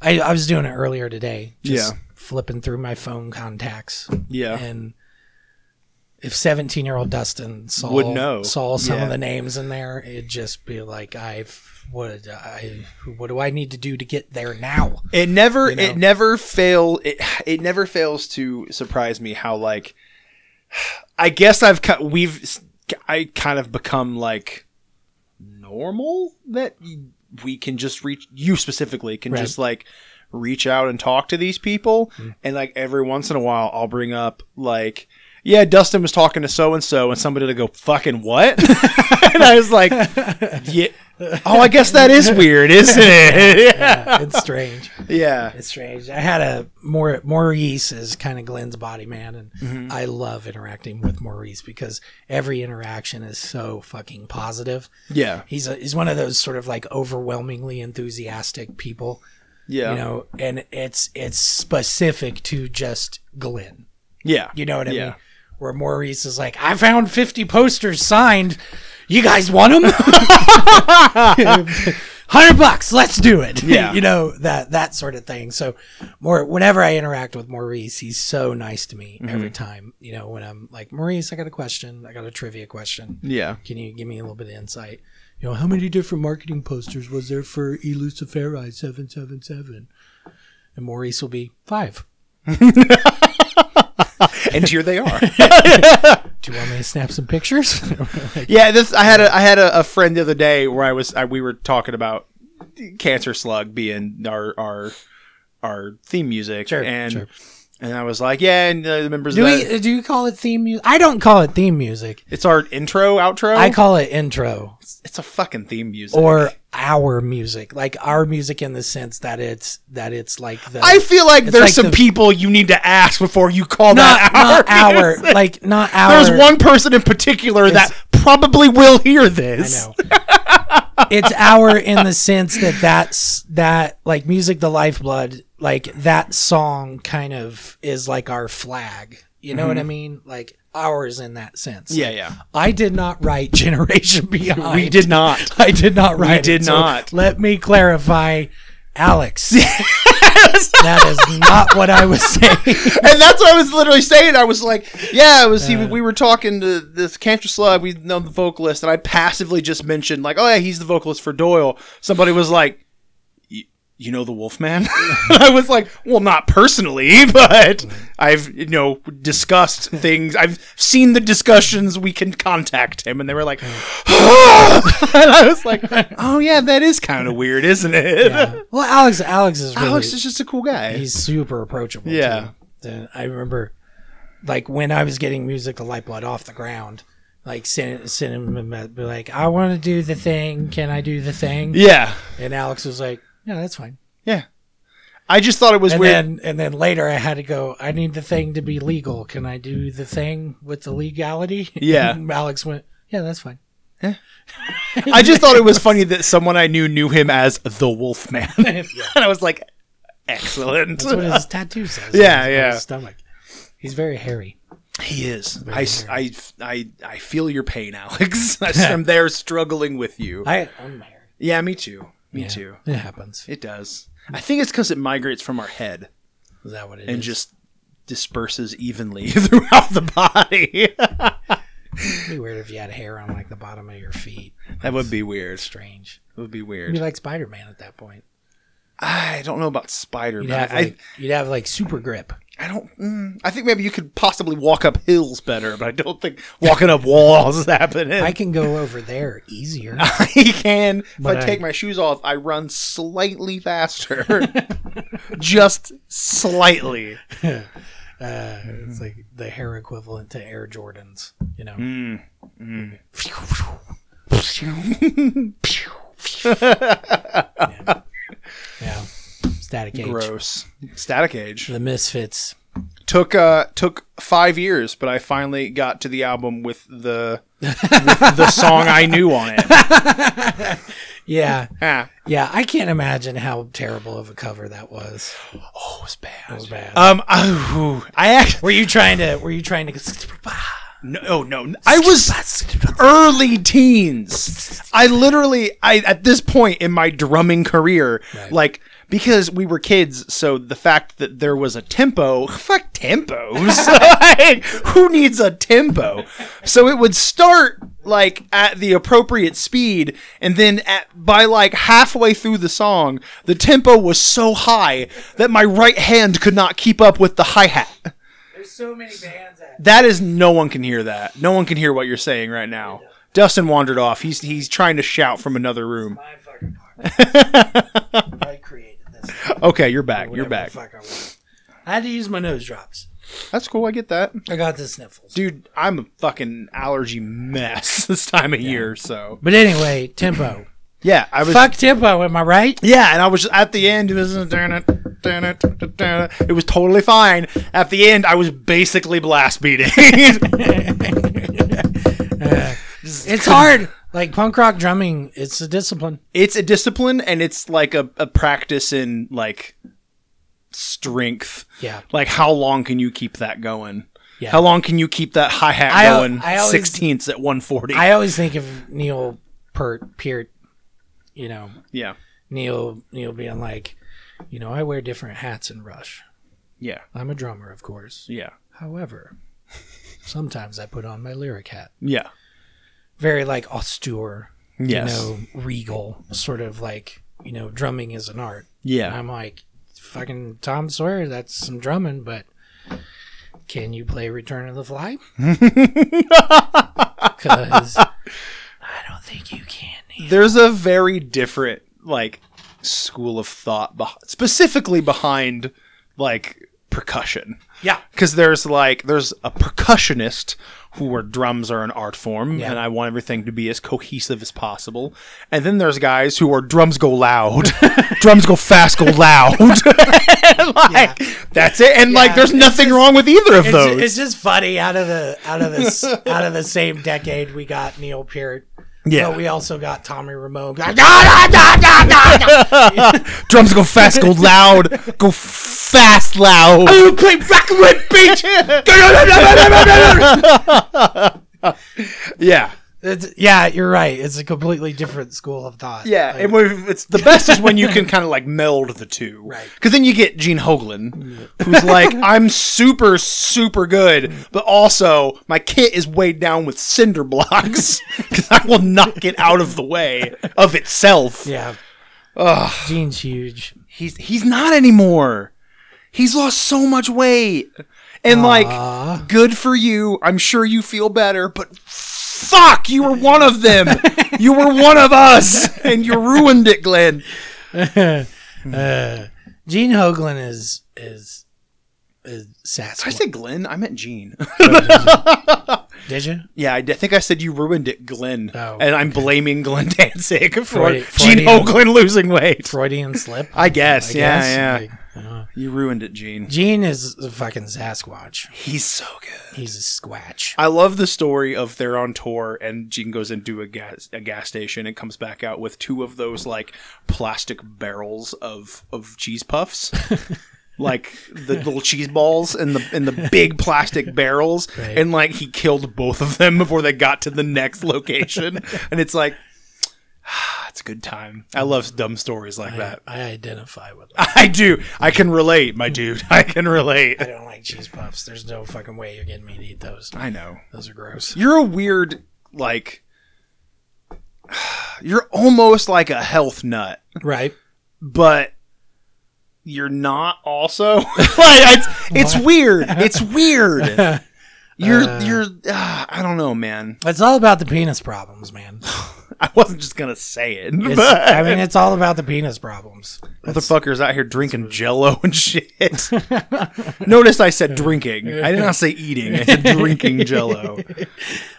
Speaker 4: I, I was doing it earlier today. Just
Speaker 6: Yeah.
Speaker 4: flipping through my phone contacts
Speaker 6: yeah
Speaker 4: and if 17 year old Dustin saw,
Speaker 6: Would know.
Speaker 4: saw some
Speaker 6: Yeah.
Speaker 4: of the names in there, it'd just be like, I've, what, I, what do I need to do to get there now?
Speaker 6: It never
Speaker 4: You know?
Speaker 6: it never fail it it never fails to surprise me how like I guess I've ki- we've I kind of become like normal that we can just reach you specifically can
Speaker 4: Right. Mm-hmm.
Speaker 6: just like reach out and talk to these people and like every once in a while I'll bring up like yeah Dustin was talking to so and so and somebody to go fucking what and I was like yeah oh I guess that is weird isn't it
Speaker 4: it's strange.
Speaker 6: yeah
Speaker 4: It's strange. I had a Maur- Maurice is kind of Glenn's body man, and I love interacting with Maurice because every interaction is so fucking positive.
Speaker 6: yeah
Speaker 4: He's a, he's one of those sort of like overwhelmingly enthusiastic people,
Speaker 6: yeah
Speaker 4: you know, and it's it's specific to just Glenn.
Speaker 6: Yeah.
Speaker 4: You know what I
Speaker 6: Yeah.
Speaker 4: mean? Where Maurice is like, I found 50 posters signed. You guys want them? 100 bucks. Let's do it.
Speaker 6: Yeah.
Speaker 4: you know, that that sort of thing. So, more whenever I interact with Maurice, he's so nice to me
Speaker 6: Mm-hmm.
Speaker 4: every time. You know, when I'm like, Maurice, I got a question. I got a trivia question.
Speaker 6: Yeah.
Speaker 4: Can you give me a little bit of insight? You know, how many different marketing posters was there for Eluciferide 777? And Maurice will be five.
Speaker 6: And here they are.
Speaker 4: Do you want me to snap some pictures?
Speaker 6: yeah, this I had a I had a, a friend the other day where I was I, we were talking about Cancer Slug being our our our theme music
Speaker 4: Sure,
Speaker 6: and
Speaker 4: sure.
Speaker 6: and I was like, yeah, and uh, the members
Speaker 4: Do
Speaker 6: of that,
Speaker 4: we do you call it theme music? I don't call it theme music.
Speaker 6: it's our intro outro.
Speaker 4: I call it intro
Speaker 6: it's a fucking theme music.
Speaker 4: or our music, like our music in the sense that it's that it's like the
Speaker 6: I feel like
Speaker 4: It's
Speaker 6: there's
Speaker 4: like
Speaker 6: some
Speaker 4: the-
Speaker 6: people you need to ask before you call
Speaker 4: not
Speaker 6: that
Speaker 4: not
Speaker 6: our
Speaker 4: our
Speaker 6: music.
Speaker 4: like not our.
Speaker 6: There's one person in particular that probably will hear
Speaker 4: I
Speaker 6: this.
Speaker 4: know. it's our in the sense that that's that like music, the lifeblood, like that song kind of is like our flag. You know what I mean? Like ours in that sense.
Speaker 6: Mm-hmm. Yeah, yeah.
Speaker 4: I did not write Generation Beyond.
Speaker 6: We did not.
Speaker 4: I did not write. it,
Speaker 6: did
Speaker 4: so
Speaker 6: not.
Speaker 4: let me clarify, Alex. that is not what I was saying.
Speaker 6: and that's what I was literally saying. I was like, yeah, it was. he, we were talking to this Cancer Slug. We know the vocalist, and I passively just mentioned like, oh yeah, he's the vocalist for Doyle. Somebody was like, "Y- you know the Wolfman? And I was like, well, not personally, but I've you know discussed things. I've seen the discussions. We can contact him, and they were like, and I was like, oh yeah, that is kind of weird, isn't it?
Speaker 4: Well, Alex, Alex is really,
Speaker 6: Alex is just a cool guy.
Speaker 4: he's super approachable.
Speaker 6: Yeah.
Speaker 4: too. The- I remember, like when I was getting music, the Lifeblood off the ground. Like send send him a me- be like, I want to do the thing. Can I do the thing?
Speaker 6: yeah,
Speaker 4: And Alex was like, Yeah, that's fine.
Speaker 6: yeah. I just thought it was
Speaker 4: And
Speaker 6: weird.
Speaker 4: then and then later I had to go, I need the thing to be legal. Can I do the thing with the legality?
Speaker 6: Yeah.
Speaker 4: And Alex went, Yeah, that's fine.
Speaker 6: I just thought it was funny that someone I knew knew him as the Wolfman, and I was like, excellent.
Speaker 4: That's what his tattoo says.
Speaker 6: Yeah,
Speaker 4: on his- on
Speaker 6: yeah.
Speaker 4: his stomach. He's very hairy.
Speaker 6: He is. I, s- I, I, I feel your pain, Alex. I'm there struggling with you.
Speaker 4: I, I'm hairy.
Speaker 6: Yeah, me too. Me
Speaker 4: Yeah,
Speaker 6: too.
Speaker 4: It happens.
Speaker 6: It does. I think it's because it migrates from our head
Speaker 4: Is that what it is?
Speaker 6: and just disperses evenly throughout the body.
Speaker 4: It'd be weird if you had hair on like the bottom of your feet.
Speaker 6: that would be weird.
Speaker 4: Strange.
Speaker 6: It would be
Speaker 4: You'd be
Speaker 6: weird.
Speaker 4: like Spider Man at that point.
Speaker 6: I don't know about spider,
Speaker 4: You'd
Speaker 6: but
Speaker 4: have
Speaker 6: I,
Speaker 4: like, you'd have like super grip.
Speaker 6: I don't. Mm, I think maybe you could possibly walk up hills better, but I don't think walking up walls is happening.
Speaker 4: I
Speaker 6: I,
Speaker 4: can go over there easier.
Speaker 6: can. If
Speaker 4: But
Speaker 6: I
Speaker 4: I-
Speaker 6: take my shoes off, I run slightly faster, just slightly.
Speaker 4: Uh, It's like the hair equivalent to Air Jordans, you know. Mm. yeah. yeah, Static H.
Speaker 6: Gross. Static Age
Speaker 4: The Misfits.
Speaker 6: took uh took five years, but I finally got to the album with the with the song I knew on it.
Speaker 4: Yeah,
Speaker 6: Ah.
Speaker 4: yeah. I can't imagine how terrible of a cover that was. Oh, it was bad. It was bad.
Speaker 6: Um. Oh, I actually.
Speaker 4: were you trying to? Were you trying to?
Speaker 6: No, no. I was early teens. I literally, I at this point in my drumming career,
Speaker 4: Right.
Speaker 6: like because we were kids, so the fact that there was a tempo, fuck tempos. like, who needs a tempo? So it would start like at the appropriate speed, and then at, by like halfway through the song, the tempo was so high that my right hand could not keep up with the hi hat.
Speaker 4: There's so many bands that.
Speaker 6: That is, no one can hear that. No one can hear what you're saying right now. Dustin wandered off. He's he's trying to shout from another room.
Speaker 4: My fucking I created this.
Speaker 6: Okay, you're back. You're back.
Speaker 4: I had to use my nose drops.
Speaker 6: That's cool. I get that.
Speaker 4: I got the sniffles.
Speaker 6: dude, I'm a fucking allergy mess this time of year. So
Speaker 4: But anyway, tempo.
Speaker 6: yeah, I was
Speaker 4: Fuck tempo, am I right?
Speaker 6: yeah, and I was at the end. It was it was totally fine. At the end, I was basically blast beating.
Speaker 4: It's hard. Like punk rock drumming, it's a discipline.
Speaker 6: it's a discipline, and it's like a, a practice in like strength.
Speaker 4: Yeah.
Speaker 6: Like how long can you keep that going?
Speaker 4: Yeah.
Speaker 6: How long can you keep that hi
Speaker 4: I
Speaker 6: hat
Speaker 4: al-
Speaker 6: going?
Speaker 4: I always-
Speaker 6: Sixteenths at one forty.
Speaker 4: I always think of Neil Peart, Peart, you know,
Speaker 6: Yeah.
Speaker 4: Neil Neil being like, you know, I wear different hats in Rush.
Speaker 6: Yeah.
Speaker 4: I'm a drummer, of course.
Speaker 6: Yeah.
Speaker 4: However, sometimes I put on my lyric hat.
Speaker 6: Yeah.
Speaker 4: Very like austere,
Speaker 6: Yes.
Speaker 4: you know, regal, sort of like, you know, drumming is an art. And
Speaker 6: Yeah.
Speaker 4: I'm like, fucking Tom Sawyer, that's some drumming, but can you play Return of the Fly? Because I don't think you can.
Speaker 6: there's a very different like school of thought beh- specifically behind like percussion
Speaker 4: Yeah.
Speaker 6: because there's like there's a percussionist who where drums are an art form
Speaker 4: Yeah.
Speaker 6: and i want everything to be as cohesive as possible and then there's guys who are drums go loud drums go fast go loud And, like that's it and like
Speaker 4: Yeah,
Speaker 6: there's
Speaker 4: it's
Speaker 6: nothing wrong with either of
Speaker 4: It's,
Speaker 6: those
Speaker 4: it's just funny out of the out of this out of the same decade we got Neil Peart.
Speaker 6: Yeah.
Speaker 4: But we also got Tommy Ramone.
Speaker 6: drums go fast go loud go fast loud
Speaker 4: You play rock and roll beat.
Speaker 6: yeah
Speaker 4: It's- yeah, you're right. It's a completely different school of thought.
Speaker 6: Yeah,
Speaker 4: Like,
Speaker 6: and when- it's the best is when you can kind of like meld the two,
Speaker 4: Right.
Speaker 6: Because then you get Gene Hoglan, who's like, I'm super, super good, but also my kit is weighed down with cinder blocks because I will knock it out of the way of itself.
Speaker 4: yeah. Gene's huge.
Speaker 6: He's he's not anymore. He's lost so much weight, and like, good for you. I'm sure you feel better, but. Fuck! You were one of them. you were one of us, and you ruined it, Glenn.
Speaker 4: Gene Hoglan is is is Sasquatch.
Speaker 6: I said Glenn. I meant Gene.
Speaker 4: Did you?
Speaker 6: yeah, I, d- I think I said you ruined it, Glenn.
Speaker 4: Oh,
Speaker 6: and I'm blaming Glenn Danzig for
Speaker 4: Freudian-
Speaker 6: Gene
Speaker 4: Freudian-
Speaker 6: Hoglan losing weight.
Speaker 4: Freudian slip.
Speaker 6: I guess. yeah,
Speaker 4: guess.
Speaker 6: yeah.
Speaker 4: Like, uh,
Speaker 6: you ruined it, Gene.
Speaker 4: Gene is a fucking Sasquatch.
Speaker 6: He's so good.
Speaker 4: He's a squatch.
Speaker 6: I love the story of they're on tour and Gene goes into a gas a gas station and comes back out with two of those like plastic barrels of of cheese puffs. like the little cheese balls and the and the big plastic barrels
Speaker 4: Right.
Speaker 6: and like he killed both of them before they got to the next location and it's like it's a good time. I love dumb stories like
Speaker 4: Mm. I,
Speaker 6: that.
Speaker 4: I identify with him.
Speaker 6: I do. I can relate, my dude. I can relate.
Speaker 4: I don't like cheese puffs. There's no fucking way you're getting me to eat those.
Speaker 6: I know.
Speaker 4: Those are gross.
Speaker 6: you're a weird like you're almost like a health nut
Speaker 4: Right?
Speaker 6: but you're not also like it's, it's weird it's weird you're you're uh, i don't know man
Speaker 4: It's all about the penis problems, man.
Speaker 6: i wasn't just gonna say it
Speaker 4: It's,
Speaker 6: but
Speaker 4: I mean, it's all about the penis problems.
Speaker 6: motherfuckers out here drinking jello and shit notice i said drinking i did not say eating i said drinking jello do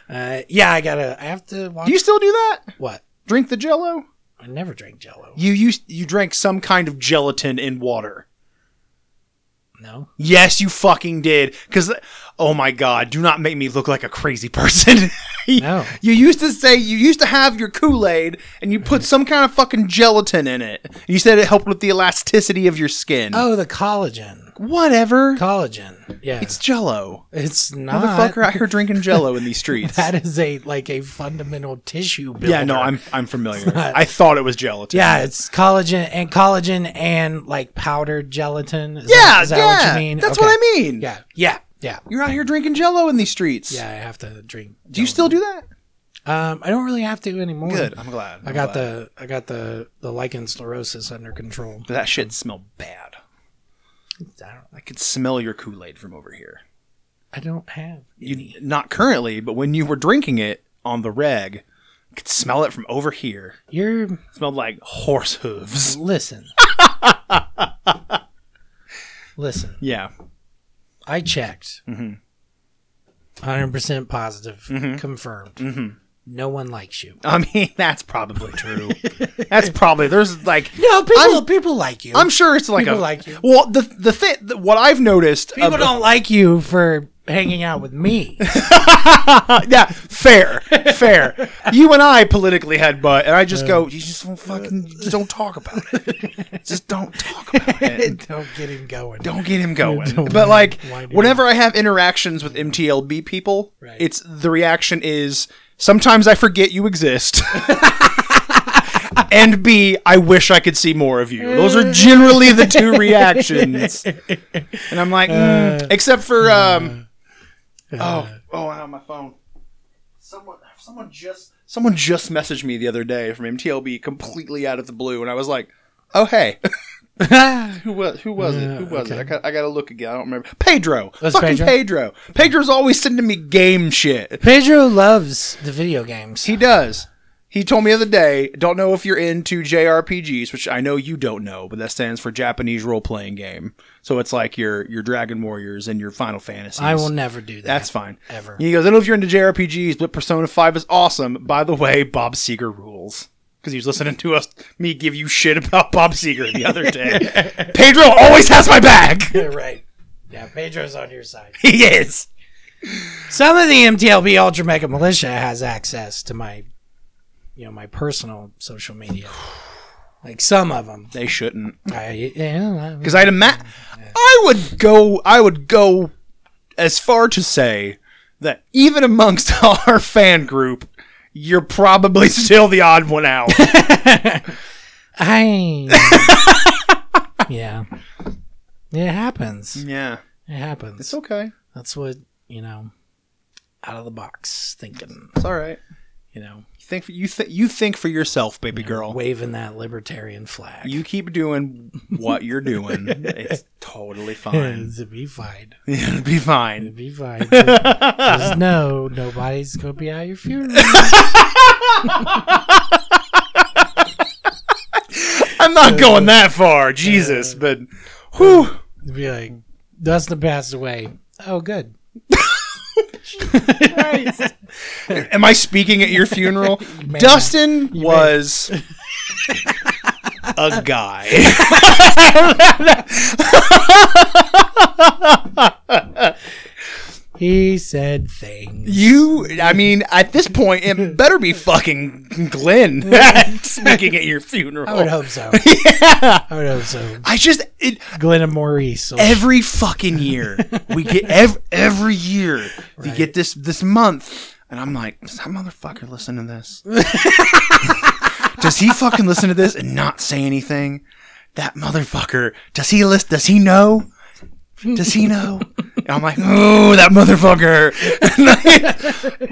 Speaker 4: Uh, yeah, I gotta. I have to watch.
Speaker 6: you still do that
Speaker 4: what?
Speaker 6: drink the jello
Speaker 4: I never drink Jello.
Speaker 6: you used you drank some kind of gelatin in water
Speaker 4: No.
Speaker 6: Yes, you fucking did. Because, oh my god, do not make me look like a crazy person.
Speaker 4: No.
Speaker 6: You used to say you used to have your Kool Aid and you put some kind of fucking gelatin in it. You said it helped with the elasticity of your skin.
Speaker 4: Oh, the collagen.
Speaker 6: Whatever.
Speaker 4: Collagen. Yeah.
Speaker 6: It's
Speaker 4: It's,
Speaker 6: Jello.
Speaker 4: not.
Speaker 6: Motherfucker out here drinking Jello in these streets.
Speaker 4: Ah, That is a like a fundamental tissue builder.
Speaker 6: yeah, no, I'm I'm familiar.
Speaker 4: not-
Speaker 6: I thought it was gelatin.
Speaker 4: Yeah, it's collagen and collagen and like powdered gelatin. Is
Speaker 6: yeah,
Speaker 4: that, is that
Speaker 6: yeah.
Speaker 4: what you mean?
Speaker 6: That's
Speaker 4: Okay.
Speaker 6: what I mean.
Speaker 4: Yeah, yeah, yeah,
Speaker 6: You're out here drinking Jello in these streets.
Speaker 4: yeah. I have to drink.
Speaker 6: Do you still do that?
Speaker 4: Um, I don't really have to anymore.
Speaker 6: Good. I'm glad.
Speaker 4: I got the I got the the lichen sclerosis under control.
Speaker 6: That shit smelled bad.
Speaker 4: I don't,
Speaker 6: I could smell your Kool Aid from over here.
Speaker 4: I don't have.
Speaker 6: You not currently, but when you were drinking it on the reg, I could smell it from over here.
Speaker 4: You're
Speaker 6: It smelled like horse hooves.
Speaker 4: listen. listen.
Speaker 6: Yeah.
Speaker 4: I checked.
Speaker 6: Mm-hmm.
Speaker 4: 100 percent positive, confirmed. No one likes you.
Speaker 6: I mean, that's probably true. that's probably there's like
Speaker 4: No, people
Speaker 6: I'm-
Speaker 4: people like you.
Speaker 6: I'm sure it's like
Speaker 4: People
Speaker 6: a
Speaker 4: like you.
Speaker 6: well the the thing what I've noticed
Speaker 4: people
Speaker 6: ab-
Speaker 4: don't like you for hanging out with me.
Speaker 6: yeah fair fair you and I politically headbutt and I just go you just don't fucking just don't talk about it just don't talk about it
Speaker 4: don't get him going.
Speaker 6: don't get him going.
Speaker 4: don't
Speaker 6: but like,
Speaker 4: wind him
Speaker 6: whenever I have interactions with MTLB people,
Speaker 4: Right.
Speaker 6: it's the reaction is sometimes I forget you exist. And B, I wish I could see more of you. Those are generally the two reactions. And I'm
Speaker 4: Uh.
Speaker 6: like, mm, except for um, oh, oh, I have my phone. Someone, someone just, someone just messaged me the other day from MTLB, completely out of the blue, and I was like, oh hey. Who was who was it? Who was it? I got I got to look again. I don't remember. Pedro.
Speaker 4: Was
Speaker 6: fucking Pedro?
Speaker 4: Pedro?
Speaker 6: Pedro's always sending me game shit.
Speaker 4: Pedro loves the video games.
Speaker 6: He does. He told me the other day, don't know if you're into JRPGs, which I know you don't know, but that stands for Japanese role playing game. So it's like your your Dragon Warriors and your Final Fantasies.
Speaker 4: I will never do that.
Speaker 6: That's fine.
Speaker 4: Ever.
Speaker 6: He goes, I don't know if you're into JRPGs, but Persona 5 is awesome. By the way, Bob Seeger rules. Because he was listening to us, me give you shit about Bob Seeger the other day. Pedro always has my back.
Speaker 4: You're right. Yeah, Pedro's on your side.
Speaker 6: he is.
Speaker 4: Some of the MTLB Ultra Mega Militia has access to my, you know, my personal social media. Like some of them.
Speaker 6: They shouldn't.
Speaker 4: I, yeah, I-
Speaker 6: Because I'd ima- I would go. I would go as far to say that even amongst our fan group, you're probably still the odd one out.
Speaker 4: I. yeah. It happens.
Speaker 6: yeah,
Speaker 4: It happens.
Speaker 6: it's okay.
Speaker 4: That's what, you know, out of the box thinking,
Speaker 6: It's all right.
Speaker 4: you know,
Speaker 6: You think for, you. Th- you think for yourself, baby girl.
Speaker 4: waving that libertarian flag.
Speaker 6: You keep doing what you're doing. it's totally fine.
Speaker 4: to be fine.
Speaker 6: It'll be fine.
Speaker 4: Be fine. Just know nobody's gonna be at your funeral.
Speaker 6: I'm not going that far, Jesus. But whew.
Speaker 4: be like, Dustin passed away. Oh, good.
Speaker 6: Am I speaking at your funeral? Dustin was a guy.
Speaker 4: He said things.
Speaker 6: you, I mean, at this point, it better be fucking Glenn speaking at your funeral.
Speaker 4: I would hope so. I would hope so.
Speaker 6: I just it,
Speaker 4: Glenn and Maurice. will-
Speaker 6: every fucking year we get ev- every year we get this this month, and I'm like, does that motherfucker listen to this? does he fucking listen to this and not say anything? That motherfucker. Does he list? Does he know? Does he know? And I'm like, oh, that motherfucker.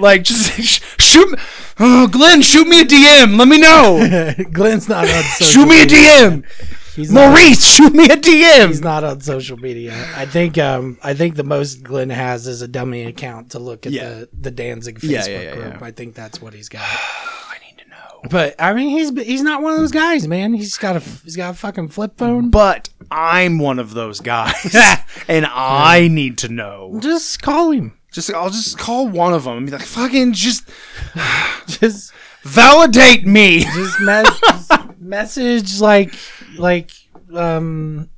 Speaker 6: like, just sh- shoot. me- Oh, Glenn, shoot me a DM. Let me know.
Speaker 4: Glenn's not on social
Speaker 6: Shoot me a DM.
Speaker 4: He's not-
Speaker 6: Maurice, shoot me a
Speaker 4: He's
Speaker 6: DM.
Speaker 4: not on social media. I think um I think the most Glenn has is a dummy account to look at
Speaker 6: Yeah.
Speaker 4: the the Danzig Facebook
Speaker 6: Yeah, yeah, yeah,
Speaker 4: group.
Speaker 6: yeah.
Speaker 4: I think that's what he's got.
Speaker 6: I need to know.
Speaker 4: But I mean, he's he's not one of those guys, man. He's got a he's got a fucking flip phone.
Speaker 6: but I'm one of those guys, and I need to know.
Speaker 4: Just call him.
Speaker 6: Just I'll just call one of them and be like, "Fucking just
Speaker 4: Just
Speaker 6: validate me."
Speaker 4: just, mes- just message like like um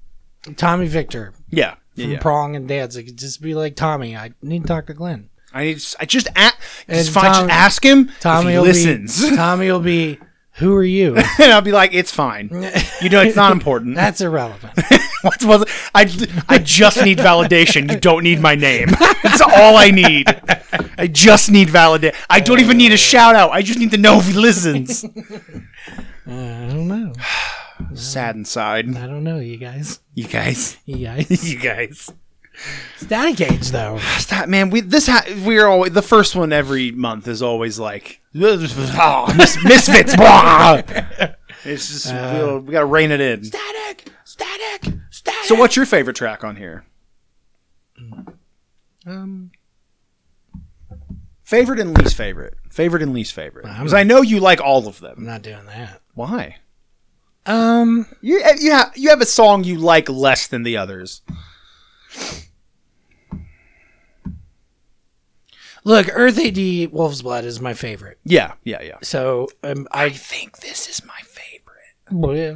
Speaker 4: Tommy Victor
Speaker 6: Yeah, yeah.
Speaker 4: from
Speaker 6: yeah.
Speaker 4: Prong and Danzig. Just be like Tommy. I need to talk to Glenn.
Speaker 6: I need. I just a- just,
Speaker 4: And
Speaker 6: find,
Speaker 4: Tom-
Speaker 6: just ask him.
Speaker 4: Tommy
Speaker 6: if he
Speaker 4: will
Speaker 6: listens.
Speaker 4: Be, Tommy will be. Who are you?
Speaker 6: and I'll be like, it's fine. You know, it's not important.
Speaker 4: That's irrelevant.
Speaker 6: What's- what's- I, I just need validation. You don't need my name. That's all I need. I just need validation. I don't even need a shout out. I just need to know if he listens.
Speaker 4: I don't know.
Speaker 6: Sad inside.
Speaker 4: I don't know, you guys.
Speaker 6: You guys.
Speaker 4: You guys.
Speaker 6: You guys.
Speaker 4: Static Age, though.
Speaker 6: Stop, man. We this ha- we're always the first one every month is always like oh, mis- misfits. blah. It's just we'll, we gotta rein it in.
Speaker 4: Static! Static! Static!
Speaker 6: So, what's your favorite track on here?
Speaker 4: Um,
Speaker 6: Favorite and least favorite. Favorite and least favorite.
Speaker 4: I'm-
Speaker 6: Because I know you like all of
Speaker 4: I'm
Speaker 6: them.
Speaker 4: not doing that.
Speaker 6: Why?
Speaker 4: Um,
Speaker 6: You eh, you have you have a song you like less than the others.
Speaker 4: look, Earth AD Wolf's Blood is my favorite.
Speaker 6: Yeah, yeah, yeah.
Speaker 4: So um, I
Speaker 6: think this is my favorite.
Speaker 4: well, yeah.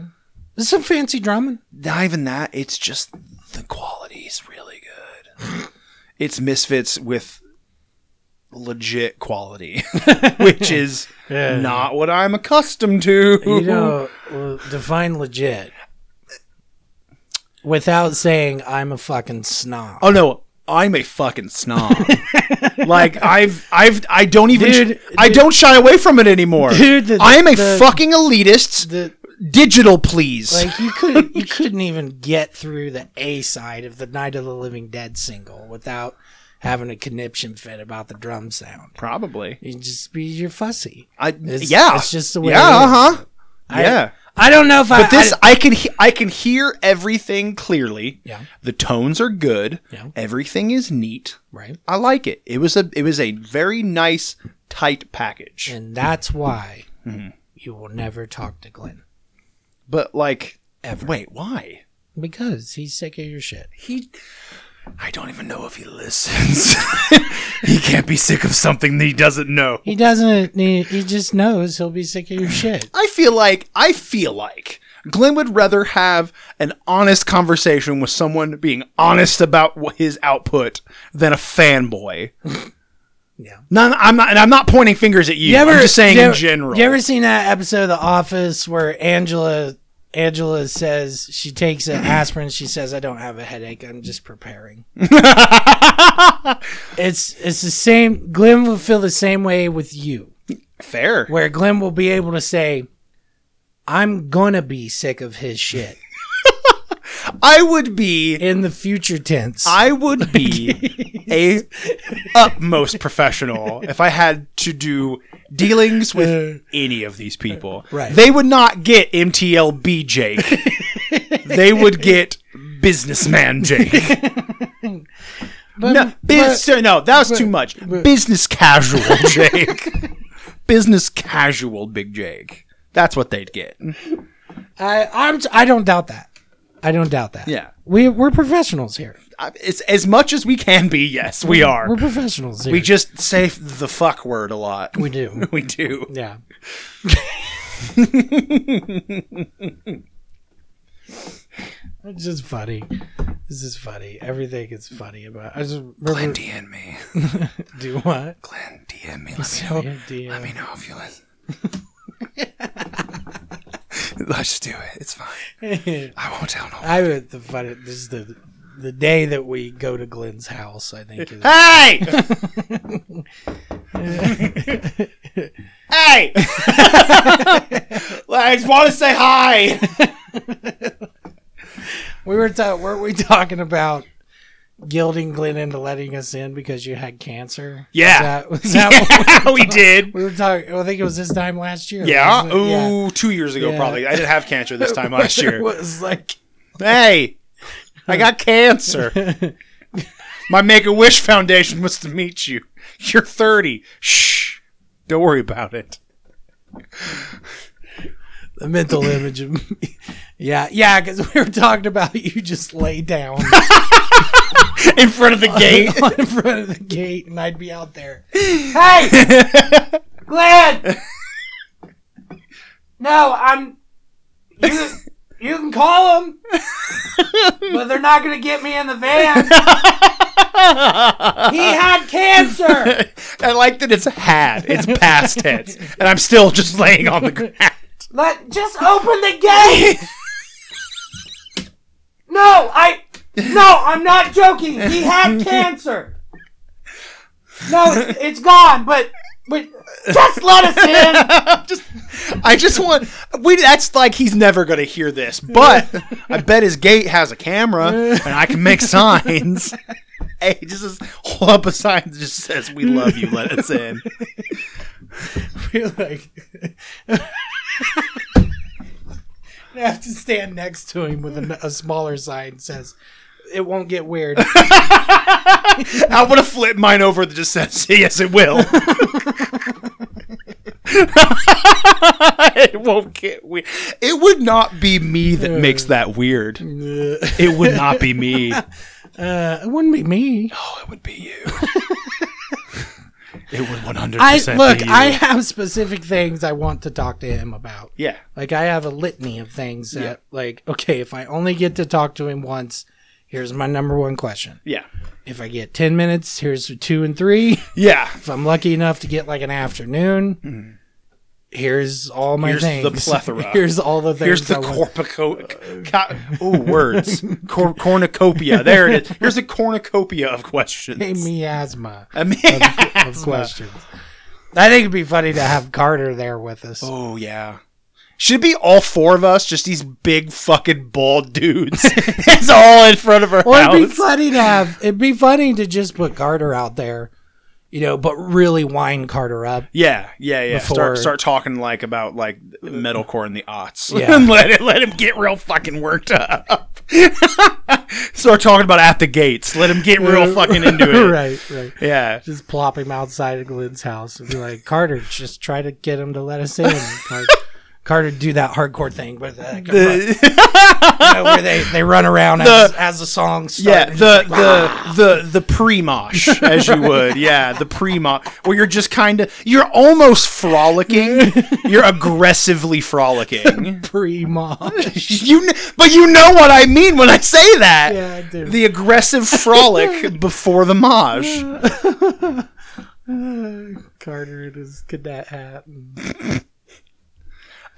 Speaker 4: There's some fancy drumming.
Speaker 6: Not even that. It's just the quality is really good. It's Misfits with legit quality, which is
Speaker 4: Yeah.
Speaker 6: not what I'm accustomed to.
Speaker 4: You know, well, define legit without saying I'm a fucking snob.
Speaker 6: Oh no, I'm a fucking snob. like I've I've I don't even
Speaker 4: Dude,
Speaker 6: I don't shy away from it anymore.
Speaker 4: Dude, the-
Speaker 6: I am a
Speaker 4: the-
Speaker 6: fucking elitist.
Speaker 4: The,
Speaker 6: digital, please.
Speaker 4: like you could you couldn't even get through the A side of the Night of the Living Dead single without having a conniption fit about the drum sound.
Speaker 6: Probably.
Speaker 4: You just be you're fussy.
Speaker 6: I
Speaker 4: It's-
Speaker 6: yeah.
Speaker 4: it's just the way
Speaker 6: Yeah.
Speaker 4: it is.
Speaker 6: Uh huh.
Speaker 4: I-
Speaker 6: yeah.
Speaker 4: I don't know if I
Speaker 6: But this, I, can he- I can hear everything clearly.
Speaker 4: Yeah.
Speaker 6: The tones are good.
Speaker 4: Yeah.
Speaker 6: Everything is neat.
Speaker 4: right.
Speaker 6: I like it. It was a it was a very nice tight package.
Speaker 4: And that's why
Speaker 6: Mm-hmm.
Speaker 4: you will never talk to Glenn
Speaker 6: But like,
Speaker 4: ever.
Speaker 6: wait, why?
Speaker 4: Because he's sick of your shit.
Speaker 6: He. I don't even know if he listens. he can't be sick of something that he doesn't know.
Speaker 4: He doesn't. He, he just knows he'll be sick of your shit.
Speaker 6: I feel like I feel like Glenn would rather have an honest conversation with someone being honest about what his output than a fanboy.
Speaker 4: Yeah.
Speaker 6: No, no, I'm not, and I'm not pointing fingers at you. I'm just saying
Speaker 4: you
Speaker 6: in
Speaker 4: ever-
Speaker 6: general.
Speaker 4: You ever seen that episode of The Office where Angela Angela says she takes an aspirin. She says, "I don't have a headache. I'm just preparing." it's it's the same. Glenn will feel the same way with you,
Speaker 6: Fair.
Speaker 4: where Glenn will be able to say, "I'm gonna be sick of his shit."
Speaker 6: I would be.
Speaker 4: in the future tense.
Speaker 6: I would be a utmost professional if I had to do dealings with any of these people.
Speaker 4: Uh, Right.
Speaker 6: They would not get MTLB Jake. they would get businessman Jake.
Speaker 4: but,
Speaker 6: No, biz- no, that was too much. business casual Jake. business casual Big Jake. That's what they'd get.
Speaker 4: I, I'm I don't doubt that. I don't doubt that.
Speaker 6: Yeah.
Speaker 4: we we're professionals here.
Speaker 6: I- It's as much as we can be. Yes, we are.
Speaker 4: We're professionals here.
Speaker 6: We just say the fuck word a lot.
Speaker 4: we do.
Speaker 6: We do.
Speaker 4: Yeah. it's just funny. This is funny. Everything is funny about. I just remember
Speaker 6: Glenn DM me.
Speaker 4: do what?
Speaker 6: Glenn DM me. Let me know.
Speaker 4: Yeah, DM.
Speaker 6: Let me know if you listen. Let's do it. It's fine. I won't tell no.
Speaker 4: I would the funny. This is the the day that we go to Glenn's house. I think is
Speaker 6: Hey! hey! I just want to say hi.
Speaker 4: We were ta- weren't we talking about guilding Glenn into letting us in because you had cancer?
Speaker 6: Yeah.
Speaker 4: Was that, was that what
Speaker 6: we did.
Speaker 4: we were talking. I think it was this time last year.
Speaker 6: Yeah.
Speaker 4: wasn't it?
Speaker 6: Ooh, two years ago
Speaker 4: Yeah.
Speaker 6: probably. I didn't have cancer this time last
Speaker 4: It
Speaker 6: year.
Speaker 4: was like
Speaker 6: hey, I got cancer. My Make a Wish Foundation wants to meet you. You're 30. Shh. Don't worry about it.
Speaker 4: the mental image of me. Yeah, yeah, because we were talking about you just lay down
Speaker 6: In front of the gate.
Speaker 4: in front of the gate, and I'd be out there.
Speaker 7: Glad. no, I'm. You, you can call them, but they're not gonna get me in the van. he had cancer.
Speaker 6: I like that it's had. It's past tense. And I'm still just laying on the ground.
Speaker 7: Let just open the gate. no, I. No, I'm not joking. He had cancer. No, it's, it's gone. But but just let us in.
Speaker 6: I just want we. That's like he's never gonna hear this, but I bet his gate has a camera and I can make signs. hey, just, just hold up a sign that just says "We love you." Let us in.
Speaker 4: We're like. I have to stand next to him with a, a smaller sign that says, "It won't get weird."
Speaker 6: I want to flip mine over that just says "Yes, it will." it won't get weird. It would not be me that makes that weird. It would not be me.
Speaker 4: Uh, it wouldn't be me.
Speaker 6: Oh, it would be you. it would one hundred
Speaker 4: I
Speaker 6: percent.
Speaker 4: look.
Speaker 6: Be you.
Speaker 4: I have specific things I want to talk to him about.
Speaker 6: yeah.
Speaker 4: Like I have a litany of things that, like, okay, if I only get to talk to him once, here's my number one question.
Speaker 6: Yeah.
Speaker 4: If I get ten minutes, here's two and three.
Speaker 6: Yeah.
Speaker 4: If I'm lucky enough to get like an afternoon, here's all my
Speaker 6: Mm-hmm. Here's the
Speaker 4: things.
Speaker 6: plethora.
Speaker 4: here's all the things.
Speaker 6: Here's the
Speaker 4: I want.
Speaker 6: corpico- co- ooh, words. Cor- cornucopia. There it is. Here's the cornucopia of questions.
Speaker 4: a miasma
Speaker 6: I mean-
Speaker 4: of questions. I think it'd be funny to have Carter there with us.
Speaker 6: oh yeah. Should be all four of us, just these big fucking bald dudes. That's all in front of our
Speaker 4: Well, it'd be
Speaker 6: house.
Speaker 4: funny to have. It'd be funny to just put Carter out there, you know, but really wind Carter up.
Speaker 6: Yeah, yeah, yeah.
Speaker 4: Before-
Speaker 6: Start start talking like about like metalcore and the aughts.
Speaker 4: Yeah.
Speaker 6: and let it let him get real fucking worked up. start talking about at the gates. Let him get real fucking into it.
Speaker 4: right, right.
Speaker 6: Yeah.
Speaker 4: Just plop him outside of Glenn's house and be like, Carter, just try to get him to let us in. Car- Carter do that hardcore thing, but uh, you know, where they, they run around as, as the song
Speaker 6: Yeah,
Speaker 4: starts.
Speaker 6: the the the the pre-mosh, as you would. Yeah, the pre-mosh, where you're just kind of, you're almost frolicking. You're aggressively frolicking.
Speaker 4: pre mosh.
Speaker 6: You, kn- but you know what I mean when I say that.
Speaker 4: Yeah, I do.
Speaker 6: The aggressive frolic before the mosh.
Speaker 4: Carter in his cadet hat and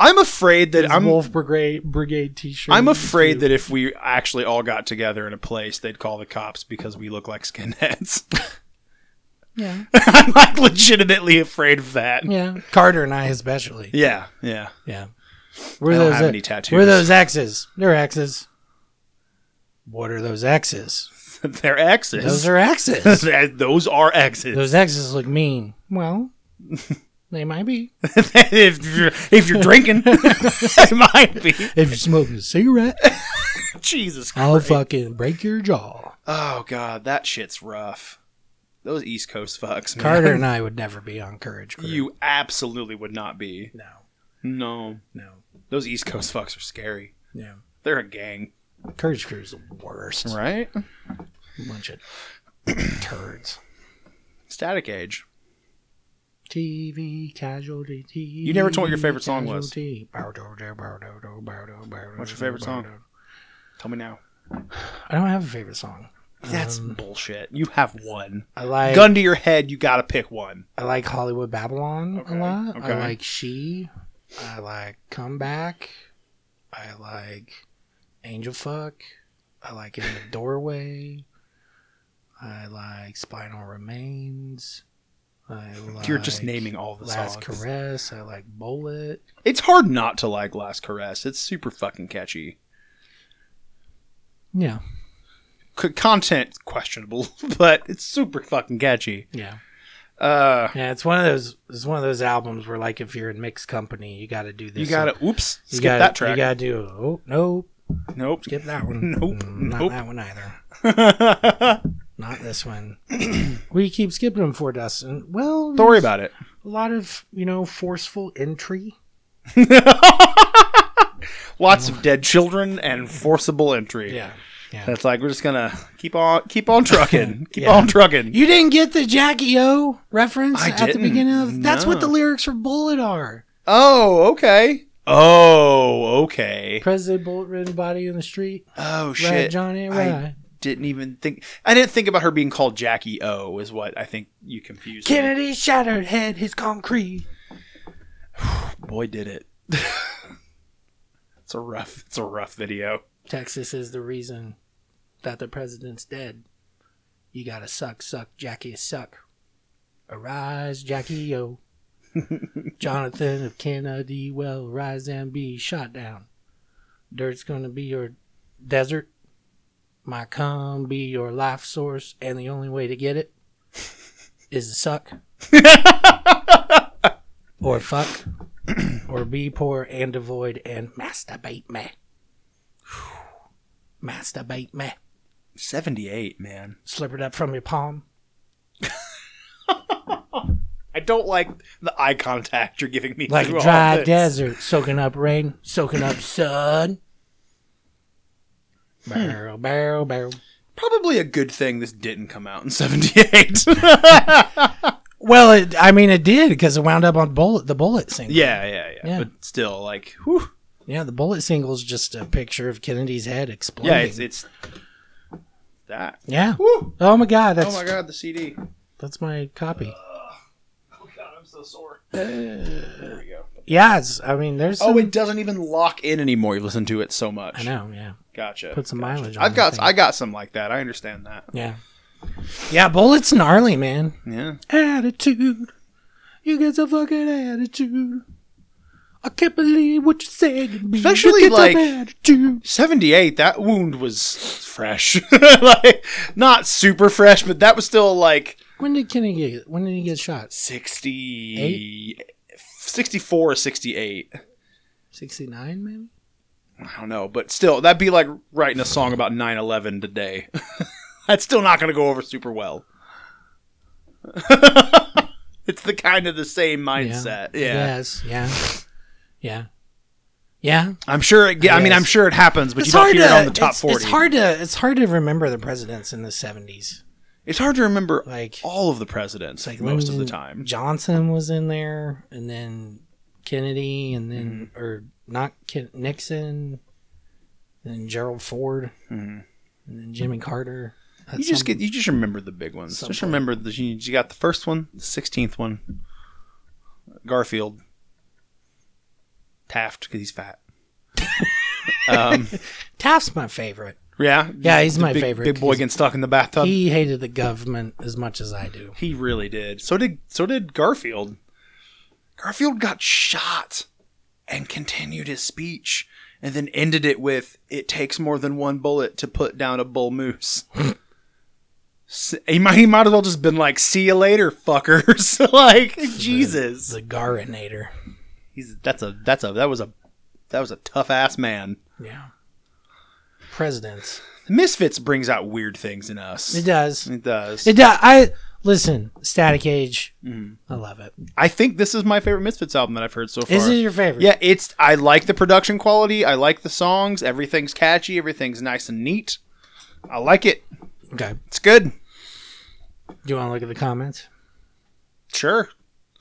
Speaker 6: I'm afraid that I'm.
Speaker 4: Wolf Brigade Brigade t shirt.
Speaker 6: I'm afraid that if we actually all got together in a place, they'd call the cops because we look like skinheads.
Speaker 4: Yeah.
Speaker 6: I'm like legitimately afraid of that.
Speaker 4: Yeah. Carter and I especially.
Speaker 6: Yeah, yeah.
Speaker 4: Yeah. Where
Speaker 6: I don't
Speaker 4: those
Speaker 6: have
Speaker 4: uh,
Speaker 6: any tattoos.
Speaker 4: Where those X's? They're X's. What are those X's?
Speaker 6: They're exes.
Speaker 4: Those are X's.
Speaker 6: Th- Those are exes.
Speaker 4: Those X's look mean. Well, they might be.
Speaker 6: if, you're, if you're drinking, it might be.
Speaker 4: If you're smoking a cigarette,
Speaker 6: Jesus. Christ.
Speaker 4: I'll fucking break your jaw.
Speaker 6: Oh God, that shit's rough. Those East Coast fucks, man.
Speaker 4: Carter and I would never be on Courage Crew.
Speaker 6: you absolutely would not be.
Speaker 4: no,
Speaker 6: No,
Speaker 4: no,
Speaker 6: those East Coast fucks are scary.
Speaker 4: no.
Speaker 6: They're a gang,
Speaker 4: Courage Crew is the worst.
Speaker 6: right?
Speaker 4: Bunch of turds.
Speaker 6: Static Age.
Speaker 4: TV casualty. TV,
Speaker 6: You never told what your favorite song was.
Speaker 4: What's
Speaker 6: What's your favorite song? Tell me now.
Speaker 4: I don't have a favorite song.
Speaker 6: That's bullshit. You have one.
Speaker 4: Um, I like
Speaker 6: Gun to your head, you gotta pick one.
Speaker 4: I like Hollywood Babylon
Speaker 6: Okay,
Speaker 4: a lot.
Speaker 6: okay.
Speaker 4: I like She. I like Comeback. I like Angel Fuck. I like In the Doorway. I like Spinal Remains. I like
Speaker 6: You're just naming all the
Speaker 4: Last
Speaker 6: songs.
Speaker 4: Caress. I like Bullet.
Speaker 6: It's hard not to like Last Caress. It's super fucking catchy.
Speaker 4: Yeah,
Speaker 6: C- content questionable, but it's super fucking catchy.
Speaker 4: yeah,
Speaker 6: Uh,
Speaker 4: yeah. It's one of those. It's one of those albums where, like, if you're in mixed company, you got to do this.
Speaker 6: you gotta oops
Speaker 4: you
Speaker 6: skip
Speaker 4: gotta-
Speaker 6: that track.
Speaker 4: You got to do. Oh no,
Speaker 6: nope.
Speaker 4: skip that one.
Speaker 6: Nope,
Speaker 4: Mm, not
Speaker 6: nope.
Speaker 4: that one either. Not this one. we keep skipping them for Dustin. Well,
Speaker 6: Don't worry about it.
Speaker 4: a lot of you know forceful entry.
Speaker 6: Lots of dead children and forcible entry.
Speaker 4: yeah.
Speaker 6: That's like we're just gonna keep on keep on trucking, keep
Speaker 4: Yeah.
Speaker 6: on trucking.
Speaker 4: You didn't get the Jackie O reference
Speaker 6: I
Speaker 4: at
Speaker 6: didn't,
Speaker 4: the beginning of. That's what
Speaker 6: no.
Speaker 4: the lyrics for Bullet are.
Speaker 6: oh, okay. Oh, okay.
Speaker 4: President Bullet ridden body in the street.
Speaker 6: Oh shit.
Speaker 4: Right, Johnny.
Speaker 6: I
Speaker 4: Right.
Speaker 6: didn't even think. I didn't think about her being called Jackie O. Is what I think you confused. me.
Speaker 4: Kennedy shattered head. His concrete.
Speaker 6: Boy, did it. It's a rough. It's a rough video.
Speaker 4: Texas is the reason that the president's dead. You gotta suck, suck, Jackie, suck. Arise, Jackie, yo. Jonathan of Kennedy, well, rise and be shot down. Dirt's gonna be your desert. My cum be your life source, and the only way to get it is to suck. or fuck. or be poor and devoid and masturbate me masturbate me.
Speaker 6: Seventy-eight, man.
Speaker 4: Slip it up from your palm.
Speaker 6: I don't like the eye contact you're giving me.
Speaker 4: Like
Speaker 6: through
Speaker 4: a
Speaker 6: all
Speaker 4: dry
Speaker 6: this.
Speaker 4: desert, soaking up rain, soaking up sun. Barrel, barrel, barrel.
Speaker 6: Probably a good thing this didn't come out in '78.
Speaker 4: Well, it, I mean, it did because it wound up on bullet, the bullet single. Yeah.
Speaker 6: yeah, yeah, yeah,
Speaker 4: Yeah.
Speaker 6: But still, like, whew.
Speaker 4: the bullet single's just a picture of Kennedy's head exploding.
Speaker 6: yeah, it's it's that.
Speaker 4: yeah.
Speaker 6: Whew.
Speaker 4: Oh my god, Uh,
Speaker 6: Oh
Speaker 4: that's
Speaker 6: my god, the CD.
Speaker 4: that's my copy.
Speaker 5: Oh god, I'm so sore.
Speaker 4: Yeah, it's, I mean, there's. Some,
Speaker 6: Oh, it doesn't even lock in anymore. You've listened to it so much.
Speaker 4: I know. Yeah,
Speaker 6: Gotcha.
Speaker 4: put some mileage. on
Speaker 6: I've
Speaker 4: that
Speaker 6: got
Speaker 4: thing.
Speaker 6: I got some like that. I understand that.
Speaker 4: Yeah. Yeah, bullets gnarly, man.
Speaker 6: Yeah.
Speaker 4: attitude. You get a fucking attitude. I can't believe what you said. to me.
Speaker 6: Especially,
Speaker 4: you get some
Speaker 6: like-
Speaker 4: attitude.
Speaker 6: 78 that wound was fresh like not super fresh but that was still like
Speaker 4: When did Kenny get? When did he get shot?
Speaker 6: 60
Speaker 4: Eight?
Speaker 6: 64 68
Speaker 4: Sixty nine, maybe.
Speaker 6: i don't know but still that'd be like writing a song about 9-11 today that's still not going to go over super well it's the kind of the same mindset yeah,
Speaker 4: Yes. Yeah. Yeah. Yeah.
Speaker 6: i'm sure it, i mean i'm
Speaker 4: Yes.
Speaker 6: sure it happens but you don't hear it on the top
Speaker 4: it's,
Speaker 6: 40
Speaker 4: It's hard to. It's hard to remember the presidents in the seventies.
Speaker 6: It's hard to remember
Speaker 4: Like-
Speaker 6: all of the presidents
Speaker 4: Like mm.
Speaker 6: most of the
Speaker 4: Lyndon
Speaker 6: time
Speaker 4: Johnson was in there, and then Kennedy, and then
Speaker 6: Mm-hmm.
Speaker 4: or not Ken- Nixon, then Gerald Ford, and then Jimmy Carter.
Speaker 6: Mm-hmm. You just get you just remember the big ones.
Speaker 4: some
Speaker 6: Just
Speaker 4: point.
Speaker 6: remember the you you got the first one, the sixteenth one, Garfield, Taft because he's fat. um,
Speaker 4: Taft's my favorite.
Speaker 6: yeah,
Speaker 4: Yeah, he's
Speaker 6: The
Speaker 4: my
Speaker 6: big-
Speaker 4: favorite
Speaker 6: Big boy
Speaker 4: 'cause
Speaker 6: getting stuck in the bathtub. He,
Speaker 4: He hated the government as much as I do.
Speaker 6: really did. So did so did Garfield. Garfield got shot and continued his speech, and then ended it with "It takes more than one bullet to put down a bull moose." S- He might, he might as well just been like, "See you later, fuckers!" like Jesus,
Speaker 4: The Garinator.
Speaker 6: he's that's a that's a that was a that was a tough ass man.
Speaker 4: Yeah. Presidents.
Speaker 6: Misfits brings out weird things in us.
Speaker 4: It does.
Speaker 6: It does.
Speaker 4: It does. I listen. Static Age. I love it.
Speaker 6: I think this is my favorite Misfits album that I've heard so Mm-hmm. far.
Speaker 4: Is it your favorite?
Speaker 6: Yeah, it's I like the production quality. I like the songs. Everything's catchy. Everything's nice and neat. I like it.
Speaker 4: Okay.
Speaker 6: It's good.
Speaker 4: Do you want to look at the comments?
Speaker 6: Sure.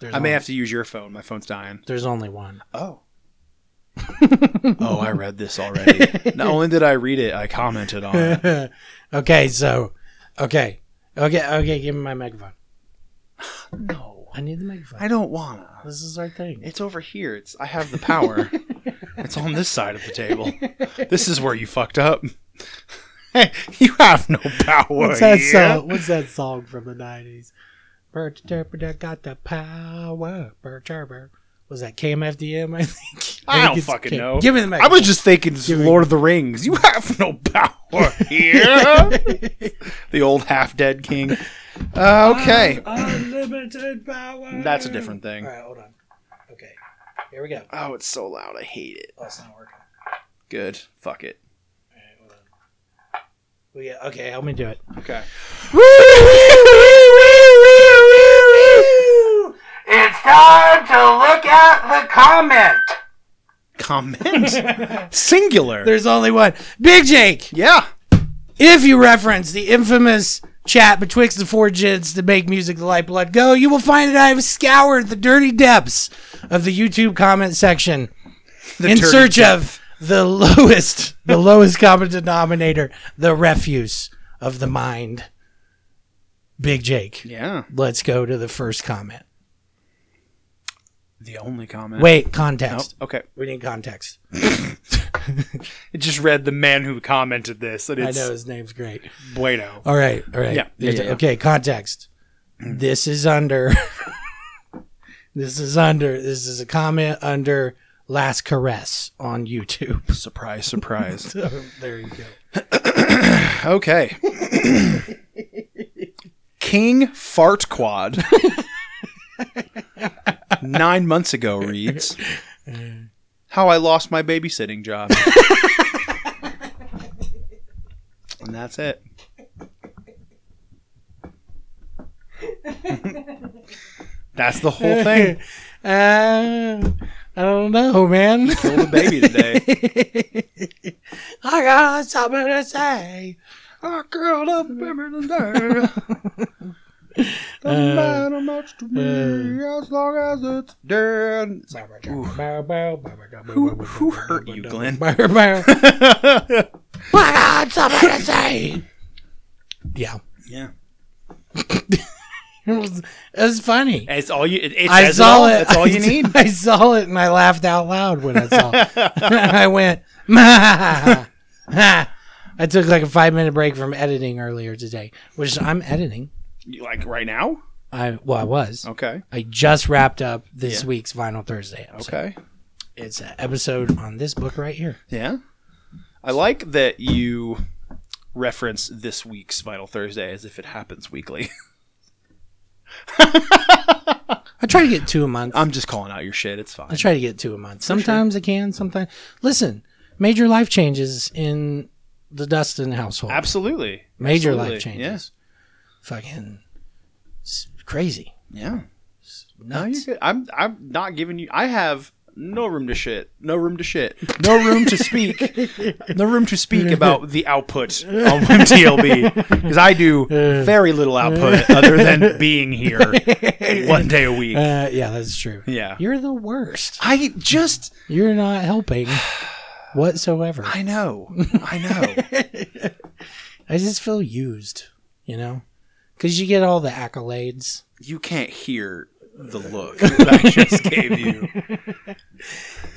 Speaker 4: There's
Speaker 6: I may
Speaker 4: only-
Speaker 6: have to use your phone. My phone's dying.
Speaker 4: There's only one.
Speaker 6: Oh. oh, I read this already. Not only did I read it, I commented on it.
Speaker 4: Okay. So. Okay. Okay. Okay. Give me my microphone.
Speaker 6: No,
Speaker 4: I need the microphone.
Speaker 6: I don't wanna.
Speaker 4: this is our thing.
Speaker 6: It's over here. It's I have the power. it's on this side of the table. This is where you fucked up. you have no power.
Speaker 4: What's that
Speaker 6: Oh, yeah?
Speaker 4: song? What's that song from the nineties? Bert Turpiter got the power. Bert Turpiter. Was that KMFDM? I think.
Speaker 6: I don't
Speaker 4: think it's
Speaker 6: fucking
Speaker 4: K-
Speaker 6: know.
Speaker 4: Give me the mic.
Speaker 6: I was just thinking it's
Speaker 4: Give me-
Speaker 6: Lord of the Rings. You have no power here. the old half dead king. Uh, okay.
Speaker 4: Unlimited power.
Speaker 6: That's a different thing.
Speaker 4: All right, hold on. Okay, here we go.
Speaker 6: Oh, it's so loud. I hate it.
Speaker 4: Oh, it's not working.
Speaker 6: Good. Fuck it.
Speaker 4: We got- okay, help me do it.
Speaker 6: Okay.
Speaker 7: It's time to look at the comment.
Speaker 6: Comment. Singular.
Speaker 4: There's only one. Big Jake.
Speaker 6: yeah.
Speaker 4: If you reference the infamous chat betwixt the four gins to make music the lifeblood go, you will find that I have scoured the dirty depths of the YouTube comment section
Speaker 6: The
Speaker 4: in
Speaker 6: dirty
Speaker 4: search
Speaker 6: joke.
Speaker 4: of the lowest, the lowest common denominator, the refuse of the mind. Big Jake.
Speaker 6: Yeah.
Speaker 4: Let's go to the first comment.
Speaker 6: The only comment.
Speaker 4: Wait, context.
Speaker 6: Okay.
Speaker 4: We need context.
Speaker 6: It just read the man who commented this, and
Speaker 4: I
Speaker 6: it's
Speaker 4: know his name's great.
Speaker 6: Bueno.
Speaker 4: All right, all right.
Speaker 6: Yeah, yeah, Mm. yeah.
Speaker 4: Okay, context. This is under. this is under. This is a comment under last caress on YouTube.
Speaker 6: Surprise, surprise.
Speaker 4: So there you go.
Speaker 6: Okay. King Fart Quad. Nine months ago reads How I Lost My Babysitting Job. and that's it. that's the whole thing.
Speaker 4: Uh, I don't know, man.
Speaker 6: Killed a baby today.
Speaker 4: I got something to say.
Speaker 6: I curled up every day.
Speaker 4: Uh,
Speaker 6: Doesn't matter much to me as long as it's dead. Who, who hurt you, Glenn?
Speaker 4: I
Speaker 6: yeah.
Speaker 4: got something to say. Yeah, it was, it was funny.
Speaker 6: It's all you. It, it
Speaker 4: I
Speaker 6: says
Speaker 4: saw
Speaker 6: all.
Speaker 4: it.
Speaker 6: That's all you
Speaker 4: I-
Speaker 6: need.
Speaker 4: I saw it and I laughed out loud when I saw it. I went, "Ma." I took like a five minute break from editing earlier today, which I'm editing.
Speaker 6: You like right now?
Speaker 4: I well, I was.
Speaker 6: Okay.
Speaker 4: I just wrapped up this
Speaker 6: Yeah.
Speaker 4: week's Vinyl Thursday episode.
Speaker 6: Okay.
Speaker 4: It's an episode on this book right here.
Speaker 6: Yeah. I like that you reference this week's Vinyl Thursday as if it happens weekly.
Speaker 4: I try to get two a month.
Speaker 6: I'm just calling out your shit. It's
Speaker 4: I
Speaker 6: fine.
Speaker 4: try to get two a month. Sometimes I can.
Speaker 6: Mm-hmm.
Speaker 4: Sometimes listen. Major life changes in the Dustin household.
Speaker 6: Absolutely.
Speaker 4: Major
Speaker 6: Absolutely.
Speaker 4: life changes. Fucking it's crazy.
Speaker 6: Yeah. Yeah. No,
Speaker 4: Nuts.
Speaker 6: you're good. I'm I'm not giving you. I have no room to shit. No room to shit. No room to speak. no room to speak about the output on WebTLB because I do very little output other than being here one day a week.
Speaker 4: Uh, yeah, that's true.
Speaker 6: Yeah.
Speaker 4: You're the worst.
Speaker 6: I just.
Speaker 4: You're not helping whatsoever.
Speaker 6: I know. I know.
Speaker 4: I just feel used, you know? Because you get all the accolades.
Speaker 6: You can't hear the look that I just gave you.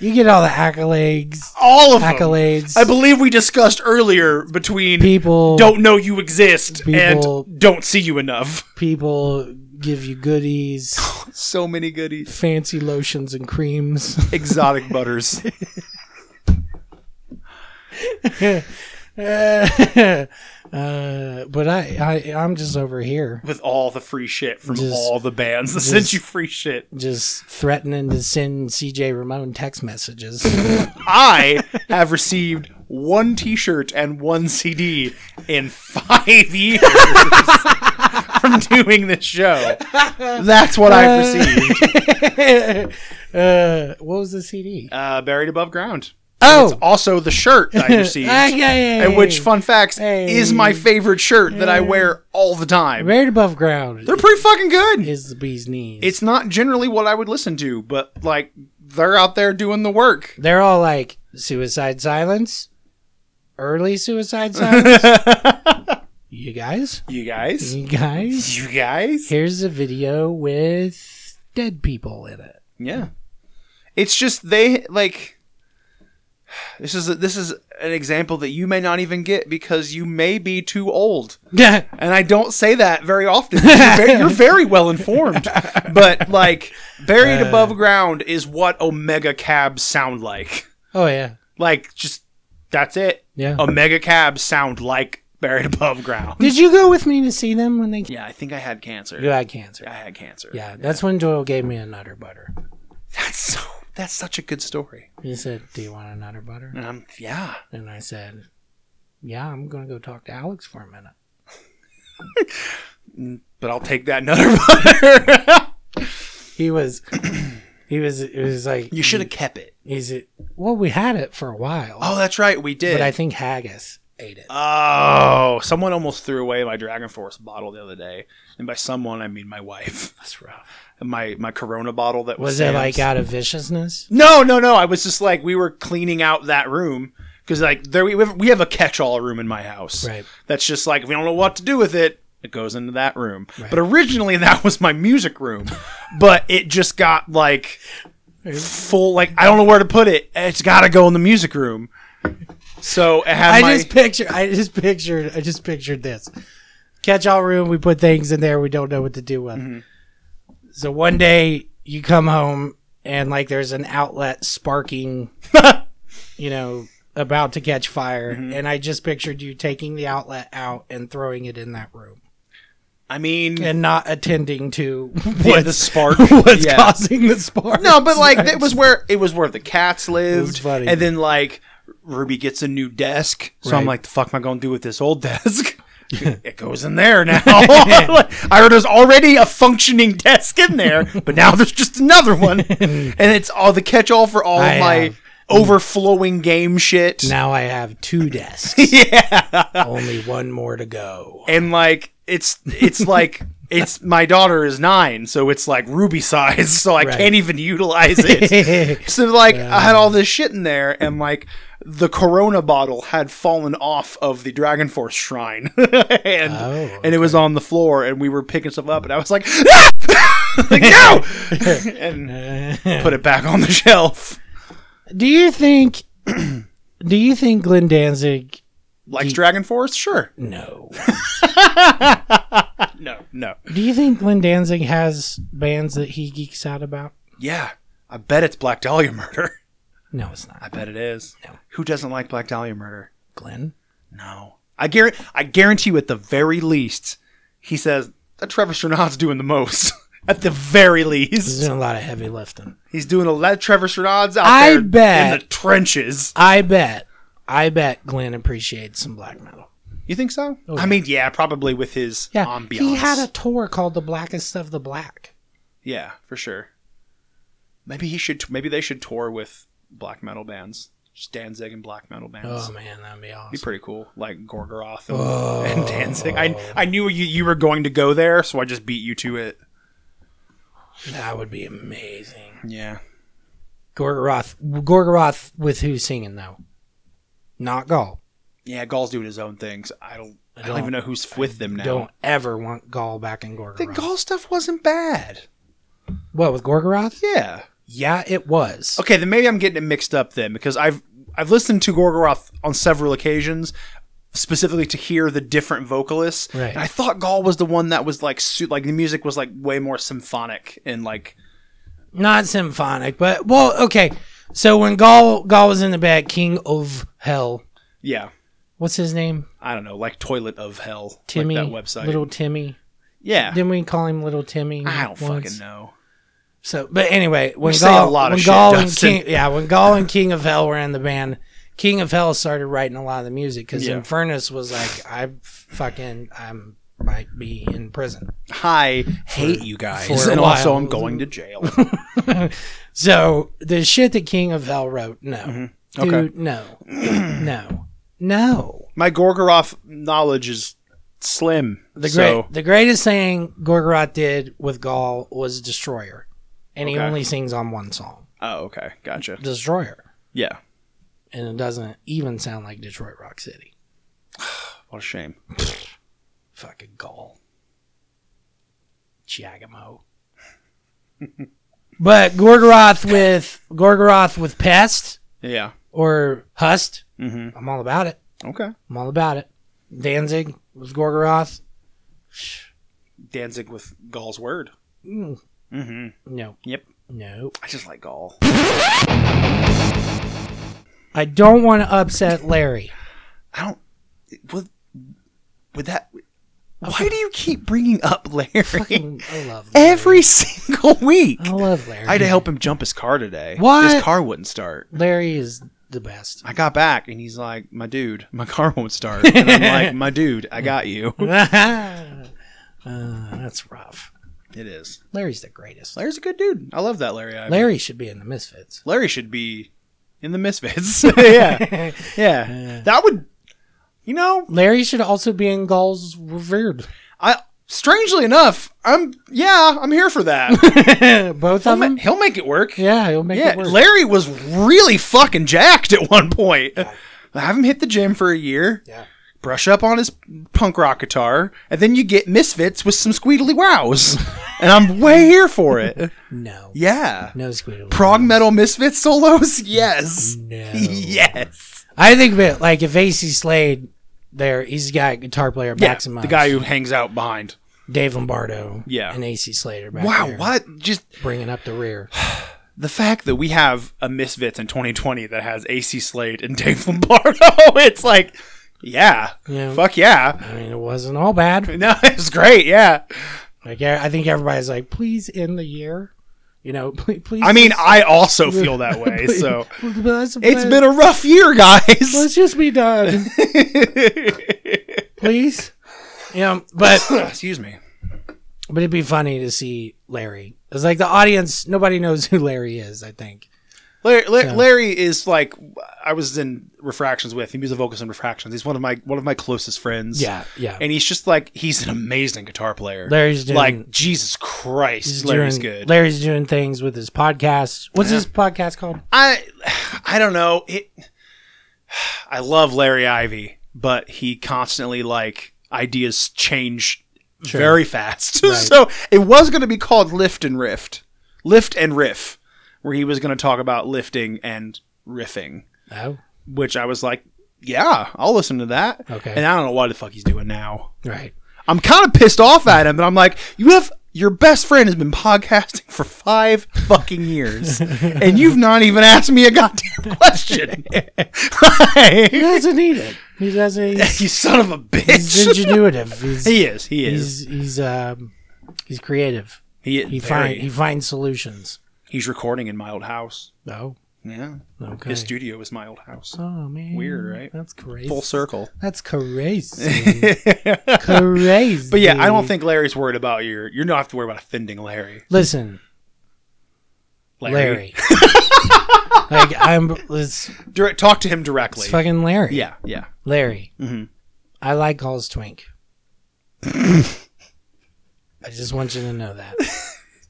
Speaker 4: You get all the accolades,
Speaker 6: All of them.
Speaker 4: accolades.
Speaker 6: Oh, I believe we discussed earlier between
Speaker 4: people
Speaker 6: don't know you exist
Speaker 4: People-
Speaker 6: and don't see you enough.
Speaker 4: people give you goodies,
Speaker 6: So many goodies.
Speaker 4: fancy lotions and creams.
Speaker 6: exotic butters.
Speaker 4: uh, but I, I, I'm just over here,
Speaker 6: with all the free shit from
Speaker 4: Just-
Speaker 6: all the bands that sent you free shit.
Speaker 4: just threatening to send CJ Ramon text messages.
Speaker 6: I have received one T-shirt and one CD in five years from doing this show. That's what I've received.
Speaker 4: uh, what was the CD?
Speaker 6: Uh, buried above ground.
Speaker 4: oh,
Speaker 6: Also, the shirt that I received.
Speaker 4: okay.
Speaker 6: and which, fun facts,
Speaker 4: Hey.
Speaker 6: is my favorite shirt that I wear all the time.
Speaker 4: Right above ground
Speaker 6: They're pretty fucking good.
Speaker 4: is the bee's knees.
Speaker 6: It's not generally what I would listen to, but like they're out there doing the work.
Speaker 4: They're all like suicide silence, early suicide silence. you guys,
Speaker 6: You guys?
Speaker 4: you guys.
Speaker 6: You guys?
Speaker 4: Here's a video with dead people in it.
Speaker 6: Yeah. It's just they like this is a, this is an example that you may not even get because you may be too old.
Speaker 4: Yeah,
Speaker 6: And I don't say that very often. You're very, you're very well informed. But like buried above ground is what omega cabs sound like.
Speaker 4: Oh yeah,
Speaker 6: Like just that's it.
Speaker 4: yeah.
Speaker 6: Omega cabs sound like buried above ground.
Speaker 4: Did you go with me to see them when they?
Speaker 6: Yeah, I think I had cancer.
Speaker 4: You had cancer.
Speaker 6: I had cancer.
Speaker 4: Yeah, that's when Doyle gave me a nutter butter.
Speaker 6: That's so that's such a good story.
Speaker 4: He said, "Do you want a nutter butter?"
Speaker 6: And I'm yeah.
Speaker 4: And I said, "Yeah, I'm gonna go talk to Alex for a minute."
Speaker 6: but I'll take that nutter butter.
Speaker 4: He was, he was, it was like,
Speaker 6: you should have kept it.
Speaker 4: Is it? Well, we had it for a while,
Speaker 6: Oh, that's right, we did.
Speaker 4: but I think haggis ate it.
Speaker 6: oh, someone almost threw away my Dragon Force bottle the other day, and by someone I mean my wife. That's rough. My my Corona bottle that was,
Speaker 4: was it like
Speaker 6: Sam's.
Speaker 4: out of viciousness?
Speaker 6: No, no, no. I was just like we were cleaning out that room because like there we have, we have a catch-all room in my house.
Speaker 4: Right.
Speaker 6: That's just like if we don't know what to do with it. It goes into that room. But originally that was my music room, but it just got like full. Like I don't know where to put it. It's got to go in the music room. So I have
Speaker 4: I
Speaker 6: my
Speaker 4: just picture. I just pictured. I just pictured this. Catch all room. We put things in there. We don't know what to do with.
Speaker 6: Mm-hmm.
Speaker 4: So one day you come home and like there's an outlet sparking, you know, about to catch fire,
Speaker 6: Mm-hmm.
Speaker 4: and I just pictured you taking the outlet out and throwing it in that room
Speaker 6: I mean
Speaker 4: and not attending to
Speaker 6: yeah,
Speaker 4: what's,
Speaker 6: the spark.
Speaker 4: what's
Speaker 6: Yeah.
Speaker 4: causing the spark.
Speaker 6: No, but like it was where it was where the cats lived,
Speaker 4: funny.
Speaker 6: and then like Ruby gets a new desk. So I'm
Speaker 4: Right.
Speaker 6: like, the fuck am I going to do with this old desk? it goes in there now. Like, I heard there's already a functioning desk in there, but now there's just another one, and it's all the catch-all for all
Speaker 4: I
Speaker 6: of my
Speaker 4: have-
Speaker 6: overflowing game shit.
Speaker 4: Now I have two desks. yeah. Only one more to go.
Speaker 6: and like it's it's like it's my daughter is nine, so it's like ruby size, so I
Speaker 4: Right.
Speaker 6: can't even utilize it. so like I had all this shit in there, and like the Corona bottle had fallen off of the Dragon Force shrine, and
Speaker 4: Ah, Oh.
Speaker 6: and it was on the floor, and we were picking stuff up, and I was like, "Ah!" like no, and put it back on the shelf.
Speaker 4: Do you think? do you think Glenn Danzig?
Speaker 6: Likes Dragon Force, sure.
Speaker 4: No.
Speaker 6: No, no.
Speaker 4: Do you think Glenn Danzig has bands that he geeks out about?
Speaker 6: Yeah, I bet it's Black Dahlia Murder.
Speaker 4: No, it's
Speaker 6: I
Speaker 4: not
Speaker 6: bet it is.
Speaker 4: No.
Speaker 6: Who doesn't like Black Dahlia Murder?
Speaker 4: Glenn.
Speaker 6: No. I guarantee, I guarantee you at the very least, he says that Trevor Sternad's doing the most. at the very
Speaker 4: He's
Speaker 6: least.
Speaker 4: doing a lot of heavy lifting.
Speaker 6: He's doing a lot Trevor Sternad's out
Speaker 4: I
Speaker 6: there
Speaker 4: bet.
Speaker 6: in the trenches.
Speaker 4: I bet. I bet Glenn appreciates some black metal.
Speaker 6: You think so? I mean, yeah, probably with his
Speaker 4: Oh, Yeah,
Speaker 6: ambiance.
Speaker 4: he had a tour called "The Blackest of the Black."
Speaker 6: yeah, for sure. Maybe he should maybe they should tour with black metal bands. Just Danzig and black metal bands.
Speaker 4: Oh man, that'd be awesome.
Speaker 6: be pretty cool, like Gorgoroth and, and Danzig. I I knew you you were going to go there, so I just beat you to it.
Speaker 4: Oh, that would be amazing.
Speaker 6: Yeah,
Speaker 4: Gorgoroth, Gorgoroth with who singing though? Not Gaul.
Speaker 6: yeah. Gall's doing his own things. I don't I don't,
Speaker 4: don't-
Speaker 6: even know who's with them now.
Speaker 4: Don't ever want Gaul back in Gorgoroth.
Speaker 6: The Gall stuff wasn't bad.
Speaker 4: What with Gorgoroth?
Speaker 6: Yeah.
Speaker 4: Yeah, it was.
Speaker 6: Okay, then maybe I'm getting it mixed up then because I've I've listened to Gorgoroth on several occasions. Specifically to hear the different vocalists,
Speaker 4: Right.
Speaker 6: and I thought Gall was the one that was like, su- like the music was like way more symphonic and like
Speaker 4: not symphonic, but well, okay. So when Gaul Gaul was in the bad King of Hell,
Speaker 6: yeah,
Speaker 4: what's his name?
Speaker 6: I don't know, like Toilet of Hell,
Speaker 4: Timmy.
Speaker 6: like that website,
Speaker 4: Little Timmy.
Speaker 6: yeah,
Speaker 4: Didn't we call him Little Timmy?
Speaker 6: I don't
Speaker 4: once?
Speaker 6: fucking know.
Speaker 4: So, but anyway, when
Speaker 6: say
Speaker 4: Gaul,
Speaker 6: a lot of
Speaker 4: when
Speaker 6: shit,
Speaker 4: Gaul and
Speaker 6: Dustin.
Speaker 4: King, yeah, when Gaul and King of Hell were in the band, King of Hell started writing a lot of the music because
Speaker 6: Yeah.
Speaker 4: Infernus was like, I fucking, I'm might be in prison.
Speaker 6: Hi, hate you guys,
Speaker 4: for a
Speaker 6: and also
Speaker 4: while.
Speaker 6: I'm going to jail.
Speaker 4: So the shit that King of Hell wrote, no,
Speaker 6: Mm-hmm.
Speaker 4: dude, no, no, no.
Speaker 6: My Gorgoroth knowledge is slim.
Speaker 4: The great,
Speaker 6: so
Speaker 4: the greatest thing Gorgoroth did with Gaul was Destroyer, and he
Speaker 6: Okay.
Speaker 4: only sings on one song,
Speaker 6: oh, okay, gotcha.
Speaker 4: Destroyer,
Speaker 6: Yeah,
Speaker 4: and it doesn't even sound like Detroit Rock City.
Speaker 6: what a shame.
Speaker 4: Fucking Gaul, Giacomo. but Gorgoroth with Gorgoroth with Pest
Speaker 6: Yeah.
Speaker 4: or Hust,
Speaker 6: Mm-hmm.
Speaker 4: I'm all about it.
Speaker 6: Okay.
Speaker 4: I'm all about it. Danzig with Gorgoroth,
Speaker 6: Danzig with Gaul's word.
Speaker 4: no,
Speaker 6: Yep.
Speaker 4: no.
Speaker 6: I just like Gaul.
Speaker 4: I don't want to upset Larry.
Speaker 6: I don't. Would would that? Why do you keep bringing up Larry
Speaker 4: Fucking, I love Larry.
Speaker 6: every single week?
Speaker 4: I love Larry.
Speaker 6: I had to help him jump his car today.
Speaker 4: What?
Speaker 6: His car wouldn't start.
Speaker 4: Larry is the best.
Speaker 6: I got back and he's like, "My dude, my car won't start." And I'm like, "My dude, I got you."
Speaker 4: Uh, that's rough.
Speaker 6: It is.
Speaker 4: Larry's the greatest.
Speaker 6: Larry's a good dude. I love that Larry. Ivan.
Speaker 4: Larry should be in the Misfits.
Speaker 6: Larry should be in the Misfits. yeah, yeah. That would, you know,
Speaker 4: Larry should also be in Gaul's Revered.
Speaker 6: I strangely enough, I'm yeah, I'm here for that.
Speaker 4: Both
Speaker 6: he'll,
Speaker 4: of
Speaker 6: ma-
Speaker 4: them.
Speaker 6: he'll make it work.
Speaker 4: Yeah, he'll make
Speaker 6: yeah.
Speaker 4: it work.
Speaker 6: Larry was really fucking jacked at one point. I have him hit the gym for a year.
Speaker 4: Yeah.
Speaker 6: brush up on his punk rock guitar, and then you get Misfits with some squeedly wows. and I'm way here for it.
Speaker 4: No.
Speaker 6: Yeah.
Speaker 4: No squeedle.
Speaker 6: Prog metal Misfits solos? Yes.
Speaker 4: No.
Speaker 6: Yes.
Speaker 4: I think that like if AC Slade there, he's got guitar player
Speaker 6: Yeah,
Speaker 4: Maximus.
Speaker 6: the guy who hangs out behind.
Speaker 4: Dave Lombardo
Speaker 6: Yeah.
Speaker 4: and AC Slater back
Speaker 6: Wow,
Speaker 4: there
Speaker 6: what? Just
Speaker 4: bringing up the rear.
Speaker 6: the fact that we have a Misfits in 2020 that has AC Slade and Dave Lombardo, it's like, yeah,
Speaker 4: Yeah.
Speaker 6: fuck yeah.
Speaker 4: I mean, it wasn't all bad.
Speaker 6: No, it's great, yeah.
Speaker 4: Like I I think everybody's like, please end the year. You know, please. please
Speaker 6: I mean, I also feel that way, so
Speaker 4: it's
Speaker 6: it's been a rough year, guys.
Speaker 4: Let's just be done, please. Yeah, but
Speaker 6: Excuse me.
Speaker 4: but it'd be funny to see Larry. It's like the audience, nobody knows who Larry is. I think.
Speaker 6: Larry, Larry, Larry is like I was in Refractions with him. He was a vocalist in Refractions. He's one of my one of my closest friends.
Speaker 4: Yeah, yeah.
Speaker 6: and he's just like he's an amazing guitar player.
Speaker 4: Larry's doing-
Speaker 6: like Jesus Christ. Larry's
Speaker 4: doing,
Speaker 6: good.
Speaker 4: Larry's doing things with his podcast. What's his podcast called?
Speaker 6: I I don't know. It, I love Larry Ivy, but he constantly like ideas change very fast. so it was going to be called Lift and Rift, Lift and Riff, where he was going to talk about lifting and riffing,
Speaker 4: Oh,
Speaker 6: which I was like, yeah, I'll listen to that.
Speaker 4: Okay.
Speaker 6: And I don't know why the fuck he's doing now.
Speaker 4: right.
Speaker 6: I'm kind of pissed off at him, and I'm like, you have your best friend has been podcasting for five fucking years, and you've not even asked me a goddamn question.
Speaker 4: He doesn't need it. He doesn't. He's,
Speaker 6: you son of a
Speaker 4: he's
Speaker 6: bitch.
Speaker 4: ingenuitive. He's,
Speaker 6: He is. He is.
Speaker 4: he's he's um he's creative.
Speaker 6: He, is
Speaker 4: He
Speaker 6: very-
Speaker 4: find he finds solutions.
Speaker 6: he's recording in my old house.
Speaker 4: Oh,
Speaker 6: Yeah.
Speaker 4: okay.
Speaker 6: His studio is my old house.
Speaker 4: oh man,
Speaker 6: Weird, right?
Speaker 4: That's crazy.
Speaker 6: Full circle.
Speaker 4: That's crazy. crazy.
Speaker 6: But yeah, I don't think Larry's worried about your. You don't have to worry about offending Larry.
Speaker 4: Listen,
Speaker 6: Larry.
Speaker 4: Larry. like I'm. It's,
Speaker 6: Direct, talk to him
Speaker 4: it's
Speaker 6: directly.
Speaker 4: fucking Larry.
Speaker 6: yeah, yeah.
Speaker 4: Larry,
Speaker 6: Mhm.
Speaker 4: I like Hall's Twink. I just want you to know that.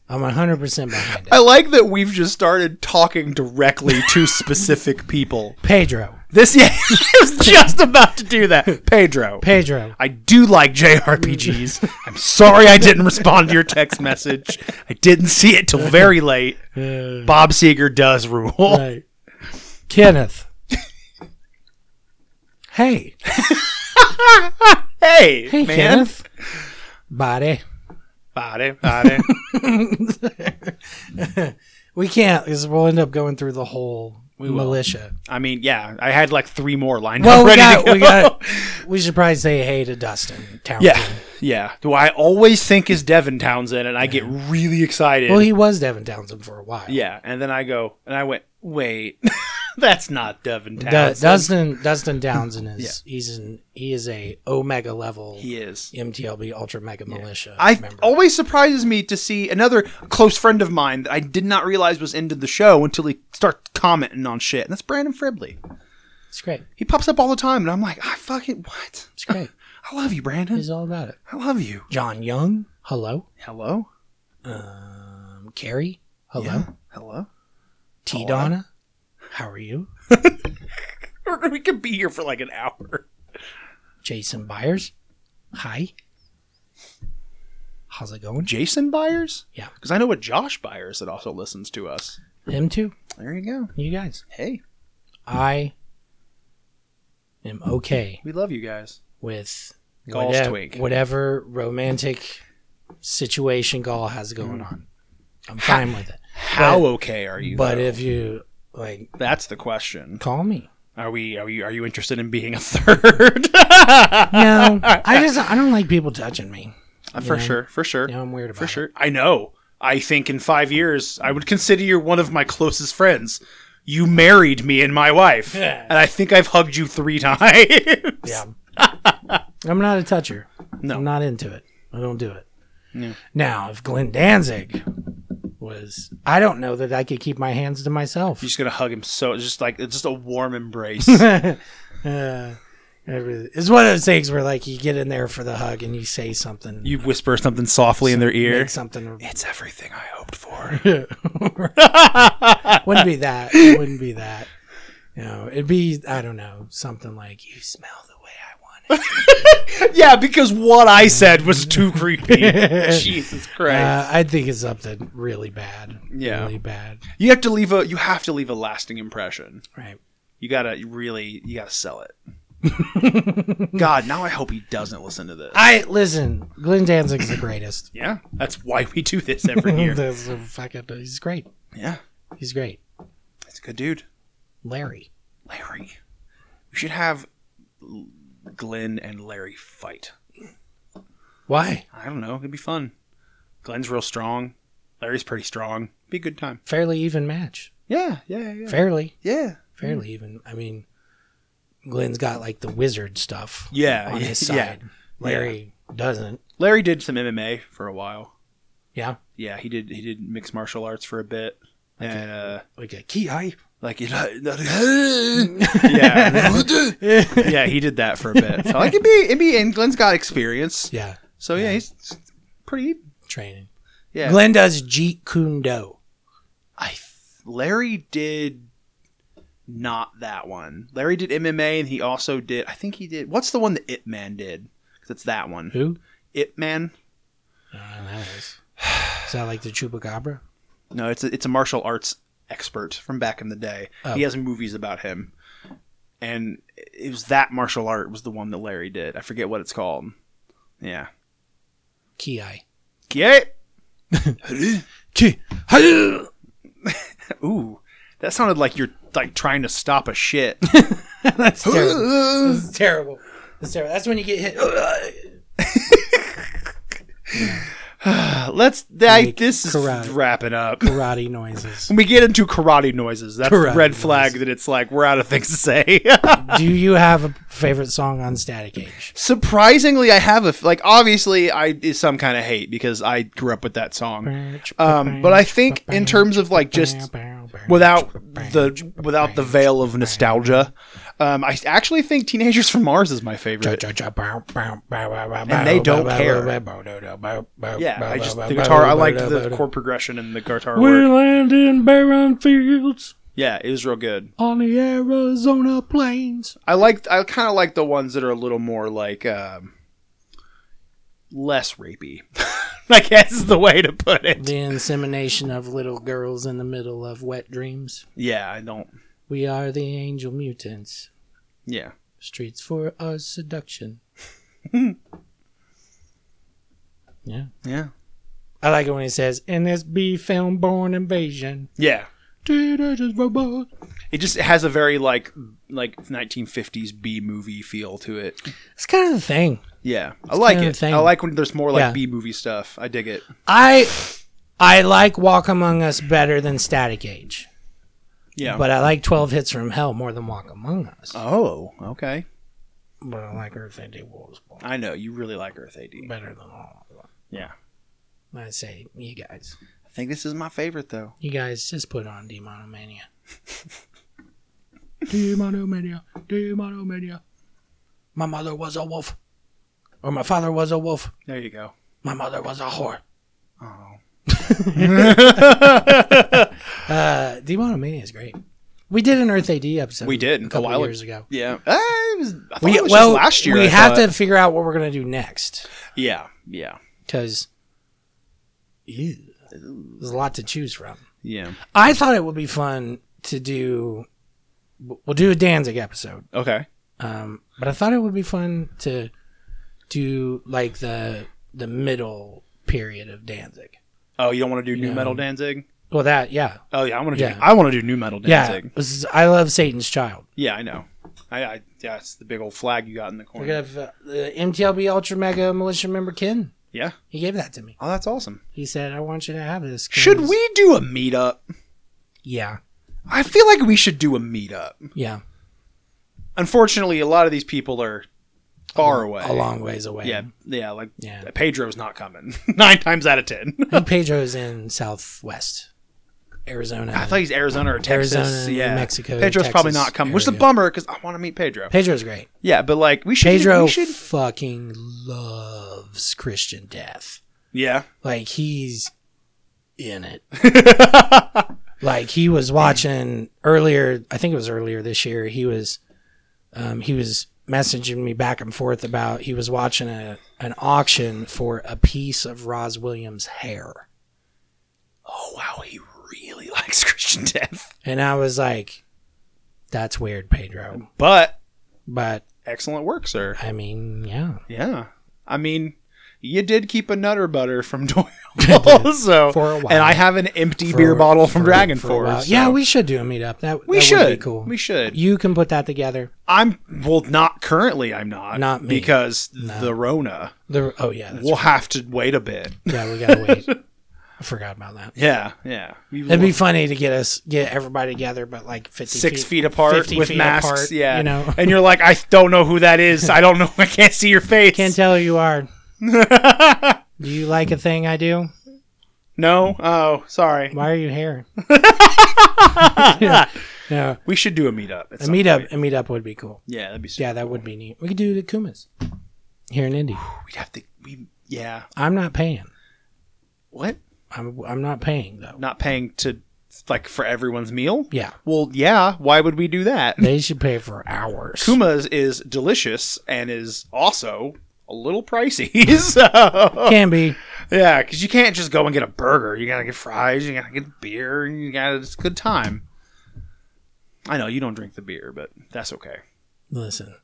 Speaker 4: I'm 100% behind it.
Speaker 6: I like that we've just started talking directly to specific people.
Speaker 4: Pedro.
Speaker 6: This yeah, I was just about to do that. Pedro.
Speaker 4: Pedro.
Speaker 6: I do like JRPGs. I'm sorry I didn't respond to your text message. I didn't see it till very late. Bob Seeger does rule.
Speaker 4: Right. Kenneth. hey.
Speaker 6: Hey,
Speaker 4: Hey,
Speaker 6: man.
Speaker 4: Kenneth. Body.
Speaker 6: Body, body.
Speaker 4: We can't because we'll end up going through the whole militia.
Speaker 6: I mean, yeah, I had like three more lined
Speaker 4: Well,
Speaker 6: up
Speaker 4: we
Speaker 6: ready
Speaker 4: got,
Speaker 6: to go.
Speaker 4: we got. We should probably say hey to Dustin Townsend.
Speaker 6: yeah, yeah. Who I always think is Devin Townsend, and I get really excited.
Speaker 4: Well, he was Devin Townsend for a while.
Speaker 6: yeah, and then I go, and I went, wait, that's not Devin
Speaker 4: Du-
Speaker 6: Townsend.
Speaker 4: Dustin Dustin Townsend is he's an he is a omega level
Speaker 6: he is.
Speaker 4: MTLB ultra mega militia.
Speaker 6: I oh
Speaker 4: member.
Speaker 6: always surprises me to see another close friend of mine that I did not realize was into the show until he starts commenting on shit. And that's Brandon Fribley.
Speaker 4: it's great.
Speaker 6: He pops up all the time, and I'm like, I fucking what?
Speaker 4: It's great.
Speaker 6: I love you, Brandon.
Speaker 4: He's all about it.
Speaker 6: I love you.
Speaker 4: John Young, hello.
Speaker 6: Hello,
Speaker 4: Um, Carrie, hello.
Speaker 6: hello.
Speaker 4: T Donna, how are you?
Speaker 6: we could be here for like an hour.
Speaker 4: Jason Byers, hi. How's it going?
Speaker 6: Jason Byers,
Speaker 4: Yeah,
Speaker 6: because I know a Josh Byers that also listens to us.
Speaker 4: them too.
Speaker 6: There you go.
Speaker 4: You guys,
Speaker 6: Hey,
Speaker 4: I am okay
Speaker 6: we love you guys.
Speaker 4: with
Speaker 6: Gall's
Speaker 4: whate-
Speaker 6: twig.
Speaker 4: whatever romantic situation Gall has going
Speaker 6: Mm.
Speaker 4: on. I'm fine with it.
Speaker 6: How okay are you?
Speaker 4: But
Speaker 6: though?
Speaker 4: if you like,
Speaker 6: that's the question.
Speaker 4: call me.
Speaker 6: Are we? Are you? Are you interested in being a third?
Speaker 4: No, I just I don't like people touching me.
Speaker 6: for sure. For sure.
Speaker 4: You know, I'm weird about
Speaker 6: For sure. I know. I think in five years, I would consider you one of my closest friends. You married me and my wife. And I think I've hugged you three times.
Speaker 4: it. Yeah, I'm not a toucher.
Speaker 6: No.
Speaker 4: I'm not into it. I don't do it. Now, if Glenn Danzig was, I don't know that I could keep my hands to myself.
Speaker 6: You're just going to hug him so, it's just like, it's just a warm embrace.
Speaker 4: Uh, it's one of those things where like you get in there for the hug and you say something,
Speaker 6: you whisper something softly in their ear.
Speaker 4: make something
Speaker 6: It's everything I hoped for.
Speaker 4: wouldn't be that. It wouldn't be that. You know, it'd be I don't know something like you smell the way I want
Speaker 6: yeah, because what I said was too creepy. Jesus Christ.
Speaker 4: Uh, I think it's something really bad.
Speaker 6: Yeah.
Speaker 4: Really bad.
Speaker 6: you have to leave a you have to leave a lasting impression.
Speaker 4: Right.
Speaker 6: You gotta you really you gotta sell it. God, now I hope he doesn't listen to this.
Speaker 4: I listen. Glenn Danzig's the greatest.
Speaker 6: yeah, that's why we do this every year.
Speaker 4: That's a fucking, he's great.
Speaker 6: yeah,
Speaker 4: He's great.
Speaker 6: that's a good dude,
Speaker 4: Larry.
Speaker 6: Larry. We should have L- Glenn and Larry fight.
Speaker 4: Why?
Speaker 6: I don't know, it'd be fun. Glenn's real strong. Larry's pretty strong. Be a good time.
Speaker 4: Fairly even match.
Speaker 6: Yeah, yeah, yeah,
Speaker 4: Fairly.
Speaker 6: yeah.
Speaker 4: Fairly even. I mean, Glenn's got like the wizard stuff
Speaker 6: Yeah,
Speaker 4: on
Speaker 6: yeah,
Speaker 4: his
Speaker 6: yeah.
Speaker 4: side. Larry doesn't.
Speaker 6: Larry did some MMA for a while.
Speaker 4: Yeah.
Speaker 6: Yeah, he did. He did mixed martial arts for a bit, and uh,
Speaker 4: Like a key hype.
Speaker 6: like it, yeah, yeah, he did that for a bit. So like it'd be, it'd be, and Glenn's got experience,
Speaker 4: Yeah.
Speaker 6: so yeah, he's pretty.
Speaker 4: Training.
Speaker 6: Yeah,
Speaker 4: Glenn does Jeet Kune Do.
Speaker 6: I, Larry did not that one. Larry did MMA, and he also did. I think he did. What's the one that Ip Man did? 'Cause it's that one.
Speaker 4: Who?
Speaker 6: Ip Man.
Speaker 4: I don't know. Is is that like the Chupacabra?
Speaker 6: No, it's a, it's a martial arts expert from back in the day.
Speaker 4: Oh.
Speaker 6: He has movies about him, and it was that martial art was the one that Larry did. I forget what it's called. Yeah.
Speaker 4: Ki. eye.
Speaker 6: Yeah.
Speaker 4: Ki. Hi.
Speaker 6: Ooh, that sounded like you're like trying to stop a shit.
Speaker 4: That's terrible. That's terrible. That's terrible. That's when you get hit.
Speaker 6: Uh, Let's. I,
Speaker 4: Make
Speaker 6: this is
Speaker 4: karate.
Speaker 6: wrapping up.
Speaker 4: Karate noises.
Speaker 6: When we get into karate noises, that's the
Speaker 4: Karate
Speaker 6: red
Speaker 4: noise.
Speaker 6: flag that it's like we're out of things to say.
Speaker 4: Do you have a favorite song on Static Age?
Speaker 6: Surprisingly, I have a f- like. Obviously, I is some kind of hate because I grew up with that song. Um, but I think in terms of like just without the without the veil of nostalgia, um, I actually think "Teenagers from Mars" is my favorite.
Speaker 4: and
Speaker 6: they don't care. Yeah, I just the guitar. I liked the chord progression and the guitar
Speaker 4: We're
Speaker 6: work.
Speaker 4: landing barren fields
Speaker 6: Yeah, it was real good.
Speaker 4: on the Arizona plains.
Speaker 6: I liked. I kind of like the ones that are a little more like um, less rapey. I guess is the way to put it.
Speaker 4: The insemination of little girls in the middle of wet dreams.
Speaker 6: Yeah, I don't.
Speaker 4: We are the angel mutants.
Speaker 6: Yeah,
Speaker 4: Streets for our seduction. yeah.
Speaker 6: yeah,
Speaker 4: I like it when he says, in this B film born invasion.
Speaker 6: yeah.
Speaker 4: Teenagers robot.
Speaker 6: It just has a very like like 1950s B movie feel to it.
Speaker 4: It's kind of the thing.
Speaker 6: Yeah, I like
Speaker 4: kinda
Speaker 6: it.
Speaker 4: the thing.
Speaker 6: I like when there's more like
Speaker 4: Yeah.
Speaker 6: B movie stuff. I dig it.
Speaker 4: I I like Walk Among Us better than Static Age.
Speaker 6: Yeah.
Speaker 4: But I like 12 Hits from Hell more than Walk Among Us.
Speaker 6: oh, okay.
Speaker 4: But I like Earth and Day Wolves more-
Speaker 6: I know you really like Earth AD.
Speaker 4: better than all of them.
Speaker 6: Yeah.
Speaker 4: I say, you guys.
Speaker 6: I think this is my favorite though.
Speaker 4: You guys just put on Demonomania. Demonomania. Demonomania. My mother was a wolf. Or my father was a wolf.
Speaker 6: There you go.
Speaker 4: My mother was a whore.
Speaker 6: Oh.
Speaker 4: Uh, Demonomania is great. We did an Earth AD episode.
Speaker 6: We did,
Speaker 4: a
Speaker 6: a
Speaker 4: couple
Speaker 6: while
Speaker 4: years ago.
Speaker 6: Yeah. Uh, it was, I thought
Speaker 4: We,
Speaker 6: it was
Speaker 4: well,
Speaker 6: just last year.
Speaker 4: we
Speaker 6: I
Speaker 4: have
Speaker 6: thought.
Speaker 4: to figure out what we're gonna do next
Speaker 6: Yeah. Yeah.
Speaker 4: because there's a lot to choose from.
Speaker 6: Yeah.
Speaker 4: I thought it would be fun to do. We'll do a Danzig episode.
Speaker 6: Okay.
Speaker 4: Um, but I thought it would be fun to do like the the middle period of Danzig.
Speaker 6: Oh, you don't want to do new
Speaker 4: Yeah.
Speaker 6: metal Danzig?
Speaker 4: Well, that yeah,
Speaker 6: Oh yeah, I want to do.
Speaker 4: Yeah.
Speaker 6: I want to do new metal
Speaker 4: yeah.
Speaker 6: Danzig. Yeah.
Speaker 4: This is, I love Satan's Child.
Speaker 6: I know. I, I yeah, it's the big old flag you got in the
Speaker 4: We're
Speaker 6: corner.
Speaker 4: gonna have uh, the MTLB Ultra Mega Militia member Ken.
Speaker 6: Yeah.
Speaker 4: He gave that to me.
Speaker 6: Oh, that's awesome.
Speaker 4: He said, "I want you to have this." 'cause-"
Speaker 6: Should we do a meetup?
Speaker 4: Yeah,
Speaker 6: I feel like we should do a meetup.
Speaker 4: yeah.
Speaker 6: Unfortunately, a lot of these people are far away.
Speaker 4: A long ways away.
Speaker 6: Uh, Yeah, yeah, like
Speaker 4: Yeah.
Speaker 6: Pedro's not coming nine times out of ten.
Speaker 4: I think Pedro's in Southwest Arizona.
Speaker 6: I thought he's Arizona or Texas.
Speaker 4: Arizona,
Speaker 6: yeah,
Speaker 4: New Mexico,
Speaker 6: Pedro's probably
Speaker 4: Texas
Speaker 6: not coming, which is a
Speaker 4: area.
Speaker 6: bummer because I want to meet Pedro.
Speaker 4: Pedro's great.
Speaker 6: yeah, but like we should.
Speaker 4: Pedro
Speaker 6: We should.
Speaker 4: fucking loves Christian death.
Speaker 6: Yeah.
Speaker 4: Like he's in it. like he was watching earlier. I think it was earlier this year. He was, um, he was messaging me back and forth about he was watching a an auction for a piece of Roz Williams' hair.
Speaker 6: Oh wow, he really likes Christian Death.
Speaker 4: And I was like, that's weird, Pedro.
Speaker 6: But
Speaker 4: But
Speaker 6: excellent work, sir.
Speaker 4: I mean, yeah.
Speaker 6: Yeah. I mean, you did keep a nutter butter from Doyle. so
Speaker 4: For a while.
Speaker 6: And I have an empty
Speaker 4: For-
Speaker 6: beer bottle from
Speaker 4: for-
Speaker 6: Dragon
Speaker 4: for a while.
Speaker 6: Force.
Speaker 4: Yeah,
Speaker 6: so-
Speaker 4: we should do a meetup. That
Speaker 6: we
Speaker 4: that
Speaker 6: should.
Speaker 4: Would be cool.
Speaker 6: We should.
Speaker 4: You can put that together.
Speaker 6: I'm well not currently I'm not.
Speaker 4: Not me.
Speaker 6: Because the Rona.
Speaker 4: The, oh yeah, that's
Speaker 6: we'll have to wait a bit.
Speaker 4: Yeah, we gotta wait. I forgot about that.
Speaker 6: Yeah, yeah. We
Speaker 4: It'd
Speaker 6: will-
Speaker 4: be funny to get us get everybody together, but like fifty
Speaker 6: six feet apart
Speaker 4: 50
Speaker 6: with
Speaker 4: feet
Speaker 6: masks.
Speaker 4: apart,
Speaker 6: yeah,
Speaker 4: you know.
Speaker 6: and you're like, I don't know who that is. I don't know. I can't see your face.
Speaker 4: Can't tell who you are. do you like a thing I do?
Speaker 6: no. Oh, sorry.
Speaker 4: Why are you here? yeah,
Speaker 6: We should do a meetup. at
Speaker 4: a
Speaker 6: some
Speaker 4: meetup.
Speaker 6: point.
Speaker 4: A meetup would be cool.
Speaker 6: Yeah, that'd be. Super
Speaker 4: Yeah, that would be neat. We could do it at Kuma's here in Indy.
Speaker 6: We'd have to. We. Yeah.
Speaker 4: I'm not paying.
Speaker 6: What?
Speaker 4: I'm I'm not paying though.
Speaker 6: Not paying to like for everyone's meal.
Speaker 4: Yeah,
Speaker 6: Well, yeah. Why would we do that?
Speaker 4: they should pay for hours.
Speaker 6: Kuma's is delicious and is also a little pricey. so
Speaker 4: can be.
Speaker 6: yeah, because you can't just go and get a burger. You gotta get fries. You gotta get beer. and You gotta. It's a good time. I know you don't drink the beer, but that's okay.
Speaker 4: Listen,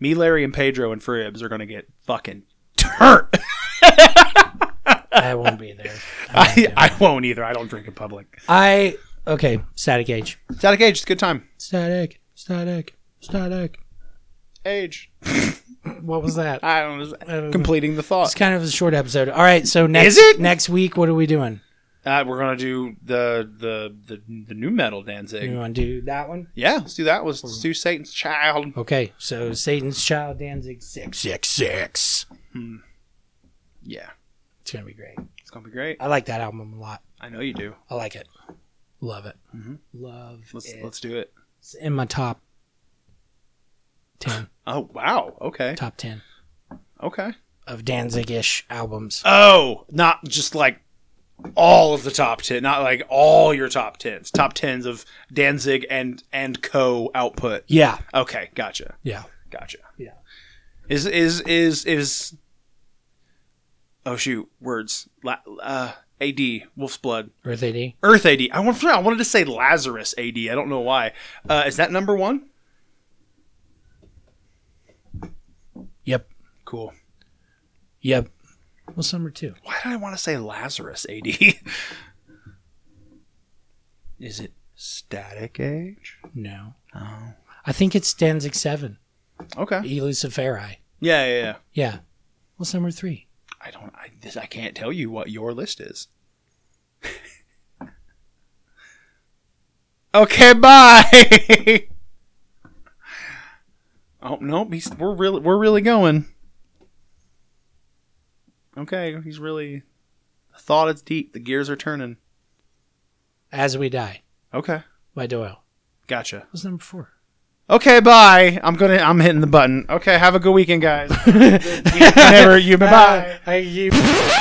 Speaker 6: Me, Larry, and Pedro and Fribs are gonna get fucking hurt.
Speaker 4: I won't be there.
Speaker 6: I, I won't either. I don't drink in public.
Speaker 4: I okay. Static age.
Speaker 6: Static age, it's a good time.
Speaker 4: Static, static, static.
Speaker 6: Age.
Speaker 4: What was that?
Speaker 6: I was
Speaker 4: know.
Speaker 6: completing the thought.
Speaker 4: It's kind of a short episode. All right, so next
Speaker 6: Is it?
Speaker 4: next week, what are we doing?
Speaker 6: Uh, we're gonna do the the the, the new metal dancing.
Speaker 4: You want to do that one?
Speaker 6: Yeah, let's do that. Let's, let's do Satan's Child.
Speaker 4: Okay, so Satan's Child Danzig six six six.
Speaker 6: Hmm. Yeah,
Speaker 4: It's gonna be great.
Speaker 6: it's gonna be great.
Speaker 4: I like that album a lot.
Speaker 6: I know you do.
Speaker 4: I like it. Love it. Love
Speaker 6: Mm-hmm. Let's
Speaker 4: it.
Speaker 6: let's do it.
Speaker 4: It's in my top ten,
Speaker 6: Oh wow. Okay.
Speaker 4: top ten
Speaker 6: Okay.
Speaker 4: of Danzig ish albums.
Speaker 6: Oh, not just like all of the top ten, not like all your top tens, top tens of Danzig and and co output.
Speaker 4: Yeah,
Speaker 6: Okay, gotcha.
Speaker 4: yeah.
Speaker 6: Gotcha.
Speaker 4: Yeah.
Speaker 6: Is is is is. Oh shoot! Words. La, uh, AD Wolf's Blood
Speaker 4: Earth AD.
Speaker 6: Earth AD. I want. I wanted to say Lazarus AD. I don't know why. Uh, is that number one?
Speaker 4: Yep,
Speaker 6: Cool.
Speaker 4: yep. What's number two?
Speaker 6: Why did I want to say Lazarus AD? is it Static Age?
Speaker 4: No. Oh. I think it's Danzig seven.
Speaker 6: Okay.
Speaker 4: E. Luciferi.
Speaker 6: Yeah, yeah, yeah.
Speaker 4: Yeah. What's number three?
Speaker 6: I don't. I, this, I can't tell you what your list is. okay, bye. oh nope, he's, we're really we're really going. Okay, he's really. The thought is deep. The gears are turning.
Speaker 4: As We Die
Speaker 6: Okay,
Speaker 4: by Doyle.
Speaker 6: gotcha.
Speaker 4: What's number four?
Speaker 6: Okay, bye. I'm gonna. I'm hitting the button. Okay, have a good weekend, guys. Whenever you. Bye.
Speaker 4: Hey, you.